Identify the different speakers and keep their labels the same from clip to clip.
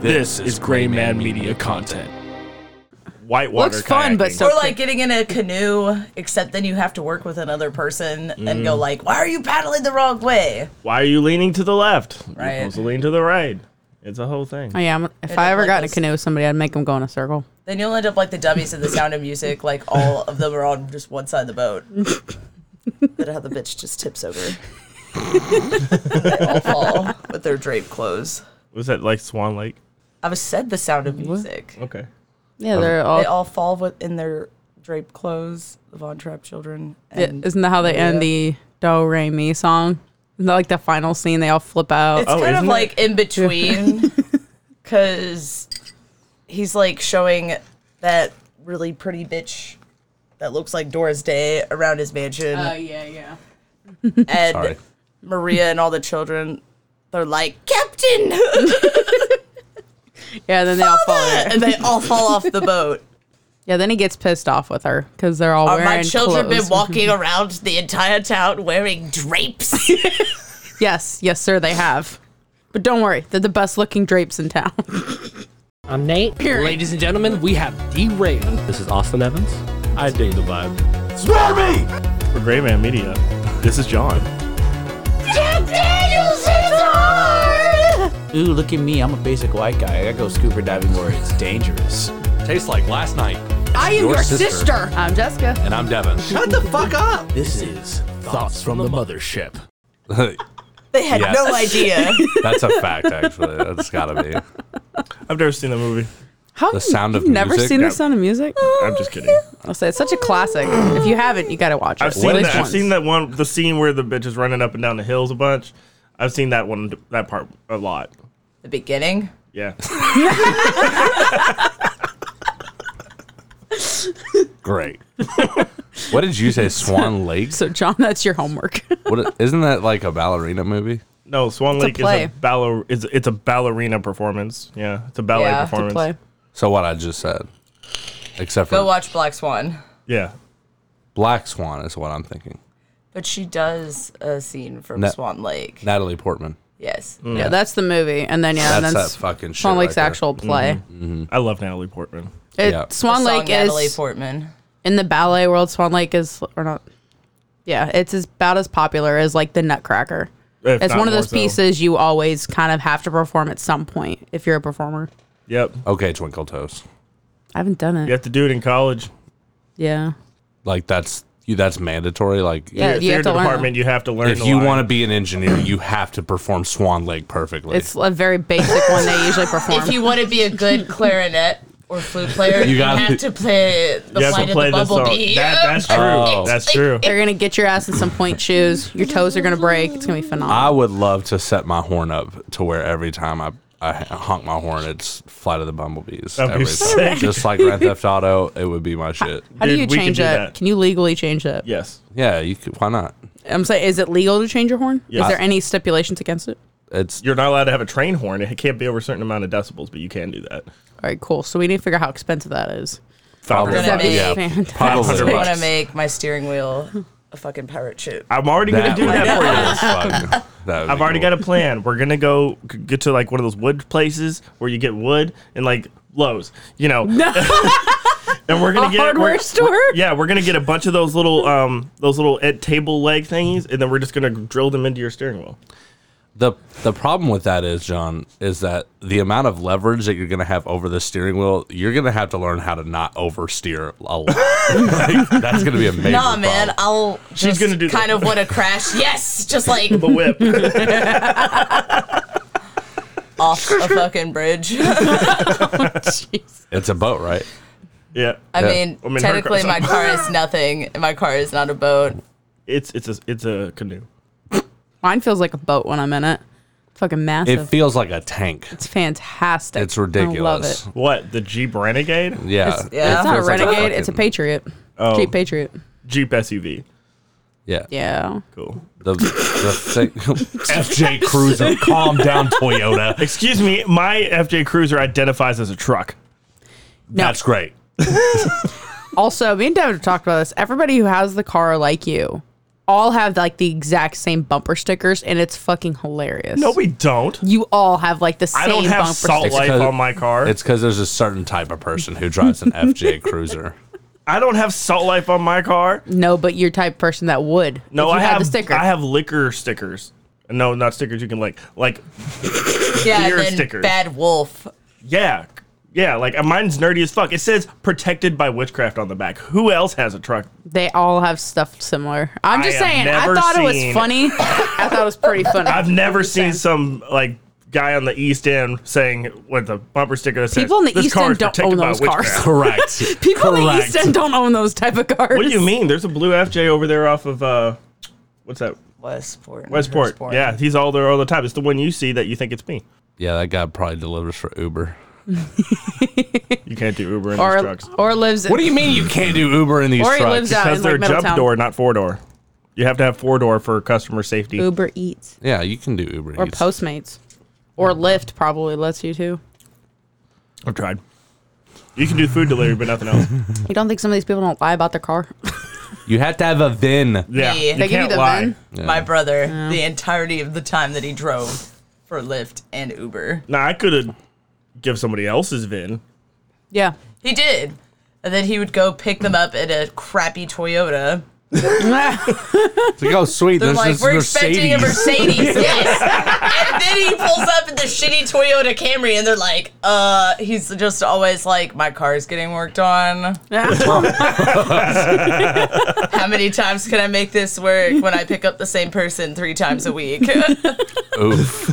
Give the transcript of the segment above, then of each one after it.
Speaker 1: This is Gray Man Media content.
Speaker 2: Whitewater
Speaker 3: Looks fun, but
Speaker 2: kayaking.
Speaker 3: so
Speaker 4: or like getting in a canoe, except then you have to work with another person and go like, "Why are you paddling the wrong way?"
Speaker 2: why are you leaning to the left?
Speaker 4: Right.
Speaker 2: You're supposed to lean to the right. It's a whole thing.
Speaker 3: Oh, yeah, I'm, if I
Speaker 4: It looked
Speaker 3: ever
Speaker 4: like
Speaker 3: got in a
Speaker 4: those-
Speaker 3: canoe with somebody, I'd make them go in a circle.
Speaker 4: Then you'll end up like the dummies in The Sound of Music, like all of them are on just one side of the boat. that how the bitch just tips over. They all fall with their draped clothes.
Speaker 2: Was that like Swan Lake?
Speaker 4: I was said The Sound of Music.
Speaker 2: Okay.
Speaker 3: Yeah, they're
Speaker 4: They
Speaker 3: all.
Speaker 4: all fall with, in their draped clothes. The Von Trapp children.
Speaker 3: Yeah,
Speaker 4: And
Speaker 3: Isn't that how they end
Speaker 4: Yeah.
Speaker 3: the Do Re Mi song? Isn't that like the final scene? They all flip out.
Speaker 4: It's
Speaker 2: Oh,
Speaker 4: kind
Speaker 2: isn't
Speaker 4: of
Speaker 2: it?
Speaker 4: like in between because he's like showing that really pretty bitch that looks like Doris Day around his
Speaker 3: Uh,
Speaker 4: mansion.
Speaker 3: yeah, yeah.
Speaker 4: and
Speaker 5: Sorry.
Speaker 4: Maria and all the children, they're like, Captain!
Speaker 3: Yeah, then they all fall. in.
Speaker 4: and they all fall off the boat.
Speaker 3: Yeah, then he gets pissed off with her because they're all
Speaker 4: Are
Speaker 3: wearing
Speaker 4: my children
Speaker 3: clothes.
Speaker 4: been walking around the entire town wearing drapes?
Speaker 3: yes, yes, sir, they have. But don't worry, they're the best looking drapes in town.
Speaker 6: I'm Nate.
Speaker 1: Ladies and gentlemen, we have D Ray.
Speaker 6: This is Austin Evans.
Speaker 5: I dig the vibe. Swear me!
Speaker 2: For Gray Man Media, this is John.
Speaker 5: Ooh, look at me. I'm a basic white guy. I go scuba diving where it's dangerous. Tastes like last night.
Speaker 3: I am
Speaker 5: Your your sister. sister.
Speaker 3: I'm Jessica.
Speaker 5: And I'm Devin. Shut the fuck up! This is Thoughts from the Mothership.
Speaker 4: they had
Speaker 5: Yeah.
Speaker 4: no idea.
Speaker 5: That's a fact, actually. That's gotta be.
Speaker 2: I've never seen the movie.
Speaker 3: How
Speaker 5: The Sound of
Speaker 3: you've never
Speaker 5: Music?
Speaker 3: seen
Speaker 2: Yeah.
Speaker 3: The Sound of Music?
Speaker 2: I'm just kidding.
Speaker 3: I'll say it's such a classic. if you haven't, you gotta watch it.
Speaker 2: I've seen
Speaker 3: At least
Speaker 2: that. I've
Speaker 3: once.
Speaker 2: seen that one. The scene where the bitch is running up and down the hills a bunch. I've seen that one. That part a lot.
Speaker 4: the beginning.
Speaker 2: Yeah.
Speaker 5: Great. what did you say? Swan Lake?
Speaker 3: So John, that's your homework.
Speaker 5: What, isn't that like a ballerina movie?
Speaker 2: No, Swan
Speaker 3: a
Speaker 2: Lake is
Speaker 3: play.
Speaker 2: a baller. It's, it's a ballerina performance. Yeah, it's a ballet
Speaker 4: Yeah, it's a
Speaker 2: performance.
Speaker 5: So what I just said. Except for
Speaker 4: Go watch Black Swan.
Speaker 2: Yeah.
Speaker 5: Black Swan is what I'm thinking.
Speaker 4: But she does a scene from
Speaker 5: No.
Speaker 4: Swan Lake.
Speaker 5: Natalie Portman.
Speaker 4: Yes.
Speaker 3: Yeah, that's the movie, and then yeah, and
Speaker 5: That's
Speaker 3: then
Speaker 5: that
Speaker 3: S-
Speaker 5: fucking shit.
Speaker 3: Swan Lake's
Speaker 5: right there. Mm-hmm.
Speaker 3: actual play.
Speaker 2: I love Natalie Portman.
Speaker 3: It,
Speaker 5: Yeah.
Speaker 3: Swan
Speaker 4: The song
Speaker 3: Lake
Speaker 4: Natalie
Speaker 3: is
Speaker 4: Portman.
Speaker 3: in the ballet world. Swan Lake is or not? Yeah, it's as, about as popular as like the Nutcracker.
Speaker 2: If
Speaker 3: it's
Speaker 2: not
Speaker 3: one of
Speaker 2: more
Speaker 3: those
Speaker 2: so.
Speaker 3: pieces you always kind of have to perform at some point if you're a performer.
Speaker 2: Yep.
Speaker 5: Okay, Twinkle Toes.
Speaker 3: I haven't done it.
Speaker 2: You have to do it in college.
Speaker 3: Yeah.
Speaker 5: Like that's you. That's mandatory. Like
Speaker 2: Your
Speaker 3: Yeah, you have
Speaker 2: theater
Speaker 3: to learn.
Speaker 2: department, you have to learn.
Speaker 5: if you want to be an engineer, you have to perform Swan Lake perfectly.
Speaker 3: It's a very basic one they usually perform.
Speaker 4: If you want to be a good clarinet or flute player,
Speaker 5: You
Speaker 4: you,
Speaker 5: gotta-
Speaker 4: have to play the
Speaker 2: you have
Speaker 4: flight
Speaker 2: to play
Speaker 4: of the
Speaker 2: this song.
Speaker 4: bumblebee.
Speaker 2: That, that's true.
Speaker 5: Oh.
Speaker 2: That's true.
Speaker 3: They're gonna get your ass in some point shoes. Your toes are gonna break. It's gonna be phenomenal.
Speaker 5: I would love to set my horn up to where every time I, I honk my horn, it's Flight of the Bumblebees.
Speaker 2: That'd be
Speaker 5: every time.
Speaker 2: sick.
Speaker 5: Just like Grand Theft Auto, it would be my shit.
Speaker 3: How do
Speaker 2: Dude,
Speaker 3: you
Speaker 2: we can
Speaker 3: change
Speaker 2: do
Speaker 3: that?
Speaker 2: that.
Speaker 3: Can you legally change that?
Speaker 2: Yes.
Speaker 5: Yeah, you could, why not?
Speaker 3: I'm saying, is it legal to change your horn?
Speaker 2: Yes.
Speaker 3: Is there any stipulations against it?
Speaker 5: It's
Speaker 2: You're not allowed to have a train horn. It can't be over a certain amount of decibels, but you can do that.
Speaker 3: All right, cool. So we need to figure out how expensive that is.
Speaker 5: probably
Speaker 4: gonna make
Speaker 5: yeah,
Speaker 3: fantastic.
Speaker 4: I
Speaker 5: probably.
Speaker 4: want to
Speaker 5: bucks.
Speaker 4: make my steering wheel a fucking pirate ship.
Speaker 2: I'm already gonna
Speaker 5: That
Speaker 2: do
Speaker 5: would
Speaker 2: that for you.
Speaker 5: be fun. That would
Speaker 2: I've
Speaker 5: be
Speaker 2: already
Speaker 5: cool.
Speaker 2: got a plan. We're gonna go g- get to like one of those wood places where you get wood and like Lowe's, you know. and we're gonna
Speaker 3: A
Speaker 2: get
Speaker 3: hardware
Speaker 2: we're-
Speaker 3: store?
Speaker 2: we're- yeah, we're gonna get a bunch of those little um those little ed- table leg thingies, and then we're just gonna drill them into your steering wheel.
Speaker 5: the the problem with that is John is that the amount of leverage that you're gonna have over the steering wheel, you're gonna have to learn how to not oversteer a lot. Like, that's gonna be a major
Speaker 4: Nah, man,
Speaker 5: problem.
Speaker 4: I'll just
Speaker 2: gonna do
Speaker 4: kind
Speaker 2: that.
Speaker 4: of want to crash. Yes, just like
Speaker 2: The whip.
Speaker 4: off a fucking bridge.
Speaker 5: It's a boat, right?
Speaker 2: yeah,
Speaker 4: I
Speaker 5: Yeah.
Speaker 4: mean,
Speaker 2: I mean, her
Speaker 4: technically,
Speaker 2: car's-
Speaker 4: my car is nothing. and My car is not a boat.
Speaker 2: it's it's a it's a canoe.
Speaker 3: Mine feels like a boat when I'm in it. It's fucking massive.
Speaker 5: It feels like a tank.
Speaker 3: it's fantastic.
Speaker 5: It's ridiculous.
Speaker 3: I love it.
Speaker 2: What the Jeep Renegade?
Speaker 5: Yeah.
Speaker 3: It's,
Speaker 4: Yeah.
Speaker 3: it's not a
Speaker 5: feels like
Speaker 3: renegade. it's a
Speaker 5: fucking-
Speaker 3: patriot. Oh. Jeep Patriot.
Speaker 2: Jeep SUV.
Speaker 5: Yeah.
Speaker 3: Yeah.
Speaker 2: Cool.
Speaker 5: The, the thing, FJ Cruiser, calm down, Toyota.
Speaker 2: Excuse me, my FJ Cruiser identifies as a truck.
Speaker 5: That's great.
Speaker 3: Also, me and David have talked about this. Everybody who has the car like you all have like the exact same bumper stickers, and it's fucking hilarious.
Speaker 2: No, we don't.
Speaker 3: you all have like the same
Speaker 2: I don't have
Speaker 3: bumper
Speaker 2: salt
Speaker 3: stickers.
Speaker 2: life
Speaker 5: Because-
Speaker 2: on my car.
Speaker 5: It's because there's a certain type of person who drives an FJ Cruiser.
Speaker 2: I don't have salt life on my car.
Speaker 3: No, but you're type of person that would.
Speaker 2: No,
Speaker 3: if you
Speaker 2: I
Speaker 3: had
Speaker 2: have
Speaker 3: the sticker.
Speaker 2: I have liquor stickers. No, not stickers you can lick. Like,
Speaker 4: Yeah,
Speaker 2: Beer
Speaker 4: and then
Speaker 2: stickers.
Speaker 4: Bad Wolf.
Speaker 2: yeah. Yeah, like uh, mine's nerdy as fuck. It says protected by witchcraft on the back. Who else has a truck?
Speaker 3: they all have stuff similar. I'm
Speaker 2: I
Speaker 3: just
Speaker 2: have
Speaker 3: saying. I
Speaker 2: never
Speaker 3: thought it
Speaker 2: seen-
Speaker 3: was funny. I thought it was pretty funny.
Speaker 2: I've never seen some like guy on the East End saying with a bumper sticker that says
Speaker 3: People in the
Speaker 2: "This
Speaker 3: East
Speaker 2: car
Speaker 3: End
Speaker 2: is
Speaker 3: don't
Speaker 2: protected
Speaker 3: own
Speaker 2: by
Speaker 3: those cars.
Speaker 2: witchcraft."
Speaker 5: Correct.
Speaker 3: People in the
Speaker 5: Correct.
Speaker 3: East End don't own those type of cars.
Speaker 2: What do you mean? There's a blue FJ over there off of uh, what's that?
Speaker 4: Westport.
Speaker 2: Westport.
Speaker 4: Westport.
Speaker 2: Yeah, he's all there all the time. It's the one you see that you think it's me.
Speaker 5: Yeah, that guy probably delivers for Uber.
Speaker 2: You can't do Uber in these
Speaker 3: Or
Speaker 2: trucks
Speaker 3: or lives.
Speaker 5: What do you mean you can't do Uber in these
Speaker 3: Or he
Speaker 5: trucks?
Speaker 3: lives out
Speaker 2: because
Speaker 3: in like
Speaker 2: they're jump
Speaker 3: Middletown.
Speaker 2: door, not four door. You have to have four door for customer safety.
Speaker 3: Uber Eats
Speaker 5: yeah, you can do Uber.
Speaker 3: or
Speaker 5: Eats.
Speaker 3: Postmates or Lyft probably lets you too.
Speaker 2: I've tried. You can do food delivery, but nothing else.
Speaker 3: You don't think some of these people don't lie about their car?
Speaker 5: You have to have a VIN.
Speaker 2: Yeah,
Speaker 4: They
Speaker 2: you
Speaker 3: give you
Speaker 2: can't
Speaker 3: the
Speaker 2: lie.
Speaker 3: van?
Speaker 4: My brother, the entirety of the time that he drove for Lyft and Uber.
Speaker 2: Nah, I could have give somebody else's VIN.
Speaker 3: yeah.
Speaker 4: He did. And then he would go pick them up at a crappy Toyota.
Speaker 5: It's like, oh, sweet.
Speaker 4: They're
Speaker 5: There's
Speaker 4: like,
Speaker 5: this
Speaker 4: we're expecting a
Speaker 5: Mercedes.
Speaker 4: Mercedes, yes. and then he pulls up in the shitty Toyota Camry and they're like, uh, he's just always like, my car's getting worked on. How many times can I make this work when I pick up the same person three times a week?
Speaker 5: Oof.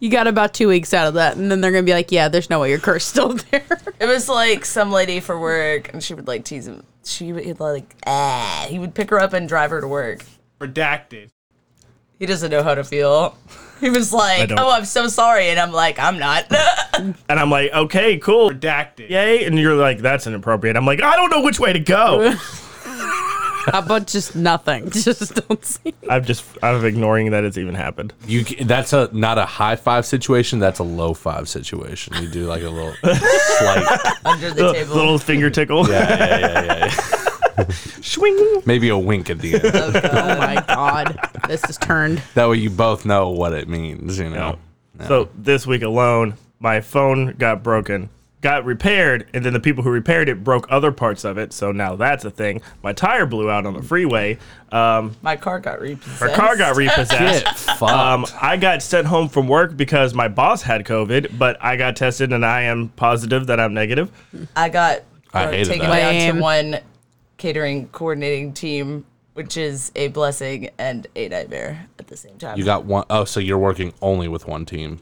Speaker 3: you got about two weeks out of that, and then they're gonna be like, "Yeah, there's no way your car's still there."
Speaker 4: It was like some lady for work, and she would like tease him. She would he'd like, ah. He would pick her up and drive her to work.
Speaker 2: Redacted.
Speaker 4: He doesn't know how to feel. He was like,
Speaker 2: don't.
Speaker 4: oh, I'm so sorry. And I'm like, I'm not.
Speaker 2: And I'm like, okay, cool. Redacted. Yay. And you're like, that's inappropriate. I'm like, I don't know which way to go.
Speaker 3: How about just nothing? Just don't see.
Speaker 2: I'm just, I'm ignoring that it's even happened.
Speaker 5: You. ca- That's a not a high five situation. That's a low five situation. You do like a little slight,
Speaker 4: Under the table.
Speaker 2: Little finger tickle. Swing.
Speaker 5: maybe a wink at the end.
Speaker 3: Oh my god, this is turned.
Speaker 5: That way you both know what it means. You know.
Speaker 2: So this week alone, my phone got broken, got repaired, and then the people who repaired it broke other parts of it. So now that's a thing. My tire blew out on the freeway. Um,
Speaker 4: My car got repossessed.
Speaker 2: our car got repossessed.
Speaker 5: Get fucked.
Speaker 2: Um, I got sent home from work because my boss had COVID, but I got tested and I am positive that I'm negative.
Speaker 4: I got
Speaker 5: I
Speaker 4: uh,
Speaker 5: hated
Speaker 4: taken
Speaker 5: that.
Speaker 4: down
Speaker 3: Lame.
Speaker 4: to one catering coordinating team, which is a blessing and a nightmare at the same time.
Speaker 5: you got one oh so you're working only with one team.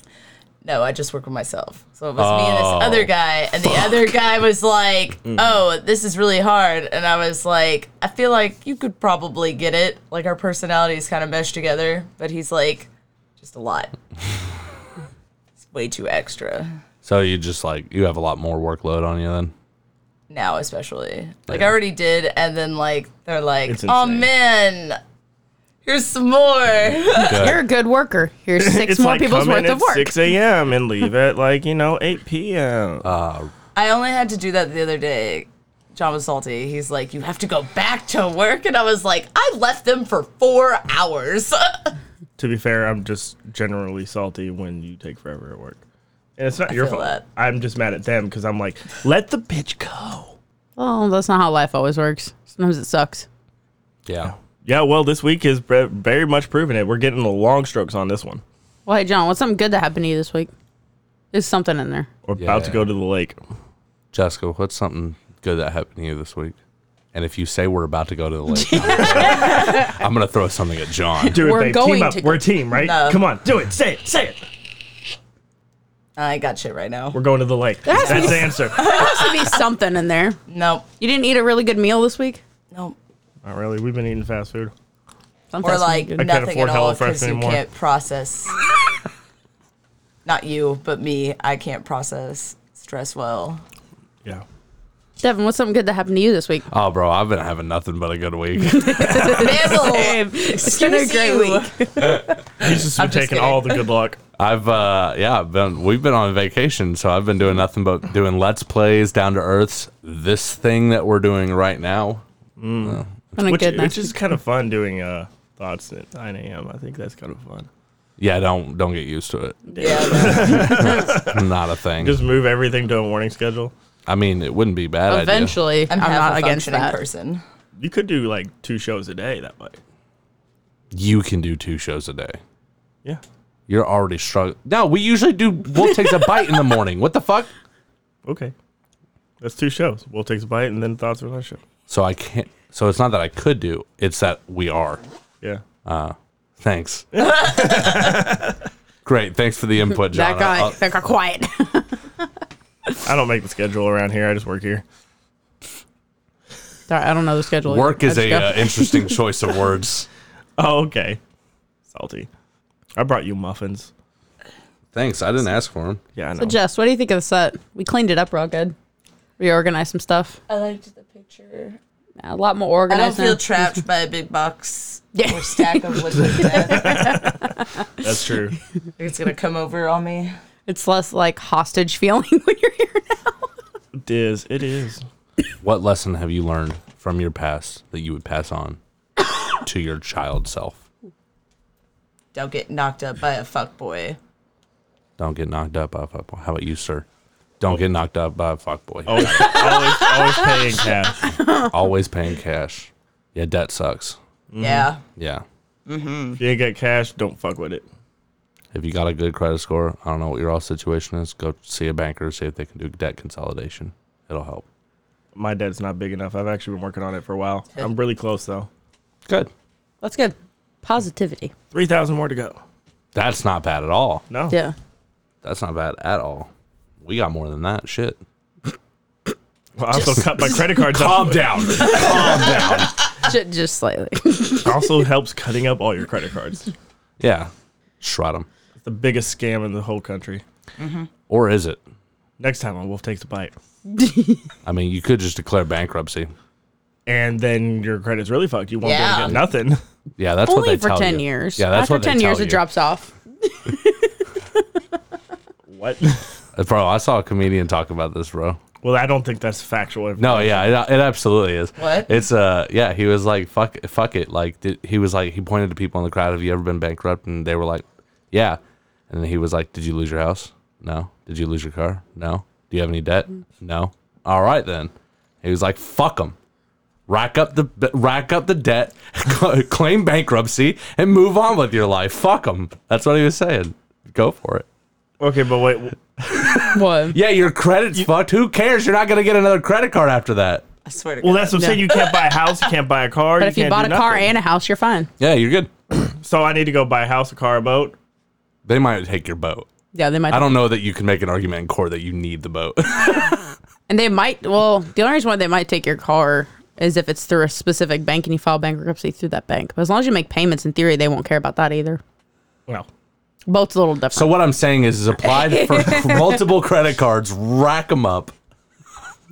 Speaker 4: No, I just work with myself. So it was me and
Speaker 5: Oh,
Speaker 4: this other guy. And the other guy was like,
Speaker 5: Mm.
Speaker 4: oh, this is really hard. And I was like, I feel like you could probably get it. Like our personalities kind of mesh together. But he's like, just a lot. it's way too extra
Speaker 5: So you just like you have a lot more workload on you then.
Speaker 4: now, especially. Like I already did. And then like, they're like,
Speaker 2: It's
Speaker 4: oh
Speaker 2: insane.
Speaker 4: man, here's some more.
Speaker 3: You're a good worker. Here's six
Speaker 2: It's
Speaker 3: more
Speaker 2: like
Speaker 3: people's
Speaker 2: come
Speaker 3: worth
Speaker 2: in
Speaker 3: of
Speaker 2: at
Speaker 3: work.
Speaker 2: 6 a.m. and leave at like you know 8 p.m.
Speaker 4: I only had to do that the other day. John was salty. He's like, "You have to go back to work," and I was like, "I left them for four hours."
Speaker 2: to be fair, I'm just generally salty when you take forever at work, and it's not your
Speaker 4: feel
Speaker 2: fault.
Speaker 4: that.
Speaker 2: I'm just mad at them because I'm like, let the bitch go.
Speaker 3: Oh, that's not how life always works. Sometimes it sucks.
Speaker 5: Yeah.
Speaker 2: Yeah, well, this week is bre- very much proven it. We're getting the long strokes on this one.
Speaker 3: Well, hey John, what's something good that happened to you this week? There's something in there.
Speaker 2: We're about to
Speaker 5: Yeah.
Speaker 2: go to the lake.
Speaker 5: Jessica, what's something good that happened to you this week? And if you say we're about to go to the lake, I'm gonna throw something at John.
Speaker 2: Do it,
Speaker 3: We're
Speaker 2: babe.
Speaker 3: going
Speaker 2: team up.
Speaker 3: to go-
Speaker 2: We're a team, right?
Speaker 4: No.
Speaker 2: Come on, do it. Say it. Say it.
Speaker 4: I got shit right now.
Speaker 2: We're going to the lake.
Speaker 3: That's-
Speaker 2: That's the answer.
Speaker 3: There has to be something in there.
Speaker 4: Nope,
Speaker 3: You didn't eat a really good meal this week.
Speaker 4: nope.
Speaker 2: not really. We've been eating fast food.
Speaker 4: Or
Speaker 3: Something's
Speaker 4: like
Speaker 3: good.
Speaker 2: can't
Speaker 4: nothing
Speaker 2: afford
Speaker 4: at all
Speaker 2: HelloFresh
Speaker 4: because you
Speaker 2: anymore.
Speaker 4: can't process. Not you, but me. I can't process stress well.
Speaker 2: Yeah.
Speaker 3: Devin, what's something good that happened to you this week?
Speaker 5: Oh bro, I've been having nothing but a good week.
Speaker 4: Mammal,
Speaker 3: It's been a
Speaker 4: excuse
Speaker 3: great
Speaker 4: you.
Speaker 3: week.
Speaker 2: He's just been
Speaker 4: just
Speaker 2: taking
Speaker 4: kidding.
Speaker 2: all the good luck.
Speaker 5: I've uh yeah, I've been we've been on vacation, so I've been doing nothing but doing let's plays, down to earths, this thing that we're doing right now.
Speaker 3: On a
Speaker 2: which,
Speaker 3: good
Speaker 2: which
Speaker 3: night.
Speaker 2: is kind of fun doing uh, thoughts at 9 a.m. I think that's kind of fun.
Speaker 5: Yeah, don't don't get used to it.
Speaker 4: Yeah,
Speaker 5: Not a thing.
Speaker 2: Just move everything to a morning schedule.
Speaker 5: I mean, it wouldn't be a bad. idea.
Speaker 3: Eventually,
Speaker 4: I'm,
Speaker 3: I'm, not against that.
Speaker 4: person.
Speaker 2: You could do like two shows a day that way.
Speaker 5: you can do two shows a day.
Speaker 2: Yeah.
Speaker 5: You're already struggling. No, we usually do. Wolf takes a bite in the morning. What the fuck?
Speaker 2: Okay. That's two shows. Will takes a bite and then thoughts are another show.
Speaker 5: So I can't. So it's not that I could do. It's that we are.
Speaker 2: Yeah.
Speaker 5: Thanks. Great. Thanks for the input, John. Uh,
Speaker 3: That guy,
Speaker 5: I'll-
Speaker 3: that guy, quiet.
Speaker 2: I don't make the schedule around here. I just work here.
Speaker 3: Sorry, I don't know the schedule.
Speaker 5: work
Speaker 3: either.
Speaker 5: is
Speaker 3: I
Speaker 5: a
Speaker 3: just go-
Speaker 5: uh, interesting choice of words.
Speaker 2: Oh, okay. Salty. I brought you muffins.
Speaker 5: Thanks. I didn't ask for him.
Speaker 2: Yeah, I know.
Speaker 3: so Jess, what do you think of the set? We cleaned it up real good. Reorganized some stuff.
Speaker 4: I liked the picture.
Speaker 3: A lot more
Speaker 4: I don't
Speaker 3: organized.
Speaker 4: feel
Speaker 3: now.
Speaker 4: trapped by a big box
Speaker 3: Yeah.
Speaker 4: or stack of liquid death.
Speaker 2: That's true.
Speaker 4: It's gonna come over on me.
Speaker 3: it's less like hostage feeling when you're here.
Speaker 2: it is. It is.
Speaker 5: What lesson have you learned from your past that you would pass on to your child self?
Speaker 4: Don't get knocked up by a fuck boy.
Speaker 5: Don't get knocked up by a fuckboy. How about you, sir? Don't get knocked up by a fuckboy.
Speaker 2: Always, always, always paying cash.
Speaker 5: Always paying cash. Yeah, debt sucks.
Speaker 2: Mm-hmm.
Speaker 4: Yeah.
Speaker 5: Yeah.
Speaker 2: If you ain't got cash, don't fuck with it.
Speaker 5: If you got a good credit score, I don't know what your all situation is. Go see a banker, see if they can do debt consolidation. It'll help.
Speaker 2: My debt's not big enough. I've actually been working on it for a while. I'm really close though.
Speaker 5: Good.
Speaker 3: That's good. Positivity.
Speaker 2: Three thousand more to go.
Speaker 5: That's not bad at all.
Speaker 2: No.
Speaker 3: Yeah.
Speaker 5: That's not bad at all. We got more than that. Shit.
Speaker 2: Well, I also cut my credit cards. up.
Speaker 5: down.
Speaker 3: just, just slightly.
Speaker 2: Also helps cutting up all your credit cards.
Speaker 5: yeah. Shred them.
Speaker 2: It's the biggest scam in the whole country.
Speaker 5: Or is it?
Speaker 2: Next time on Wolf Takes a Bite,
Speaker 5: I mean, you could just declare bankruptcy.
Speaker 2: and then your credit's really fucked. You won't
Speaker 4: Yeah.
Speaker 2: be able to get nothing.
Speaker 5: Yeah, that's
Speaker 3: Only
Speaker 5: what they
Speaker 3: for
Speaker 5: tell
Speaker 3: ten
Speaker 5: you.
Speaker 3: years.
Speaker 5: Yeah, that's
Speaker 3: After
Speaker 5: what they
Speaker 3: ten years,
Speaker 5: tell
Speaker 3: it
Speaker 5: you.
Speaker 3: drops off.
Speaker 2: What?
Speaker 5: Uh, Bro, I saw a comedian talk about this, bro.
Speaker 2: Well, I don't think that's factual.
Speaker 5: No, yeah, it, it absolutely is.
Speaker 4: What?
Speaker 5: It's uh, yeah. He was like, "Fuck, fuck it." Like did, he was like, he pointed to people in the crowd. Have you ever been bankrupt? And they were like, "Yeah." And he was like, "Did you lose your house? No. Did you lose your car? No. Do you have any debt? No. All right then." He was like, "Fuck them." Rack up the rack up the debt, claim bankruptcy, and move on with your life. Fuck them. That's what he was saying. Go for it.
Speaker 2: Okay, but wait. w-
Speaker 3: What?
Speaker 5: Yeah, your credit's fucked. Who cares? You're not gonna get another credit card after that.
Speaker 4: I swear to
Speaker 2: Well,
Speaker 4: God.
Speaker 2: that's what I'm saying. You can't buy a house. You can't buy a car.
Speaker 3: But if you
Speaker 2: can't
Speaker 3: bought a
Speaker 2: do
Speaker 3: car
Speaker 2: nothing.
Speaker 3: and a house, you're fine.
Speaker 5: Yeah, you're good.
Speaker 2: so I need to go buy a house, a car, a boat.
Speaker 5: They might take your boat.
Speaker 3: Yeah, they might.
Speaker 5: I don't know that you can make an argument in court that you need the boat.
Speaker 3: And they might. Well, the only reason why they might take your car is if it's through a specific bank and you file bankruptcy through that bank. But as long as you make payments, in theory, they won't care about that either.
Speaker 2: Well,
Speaker 3: Both's a little different.
Speaker 5: so what I'm saying is, is apply for multiple credit cards, rack them up.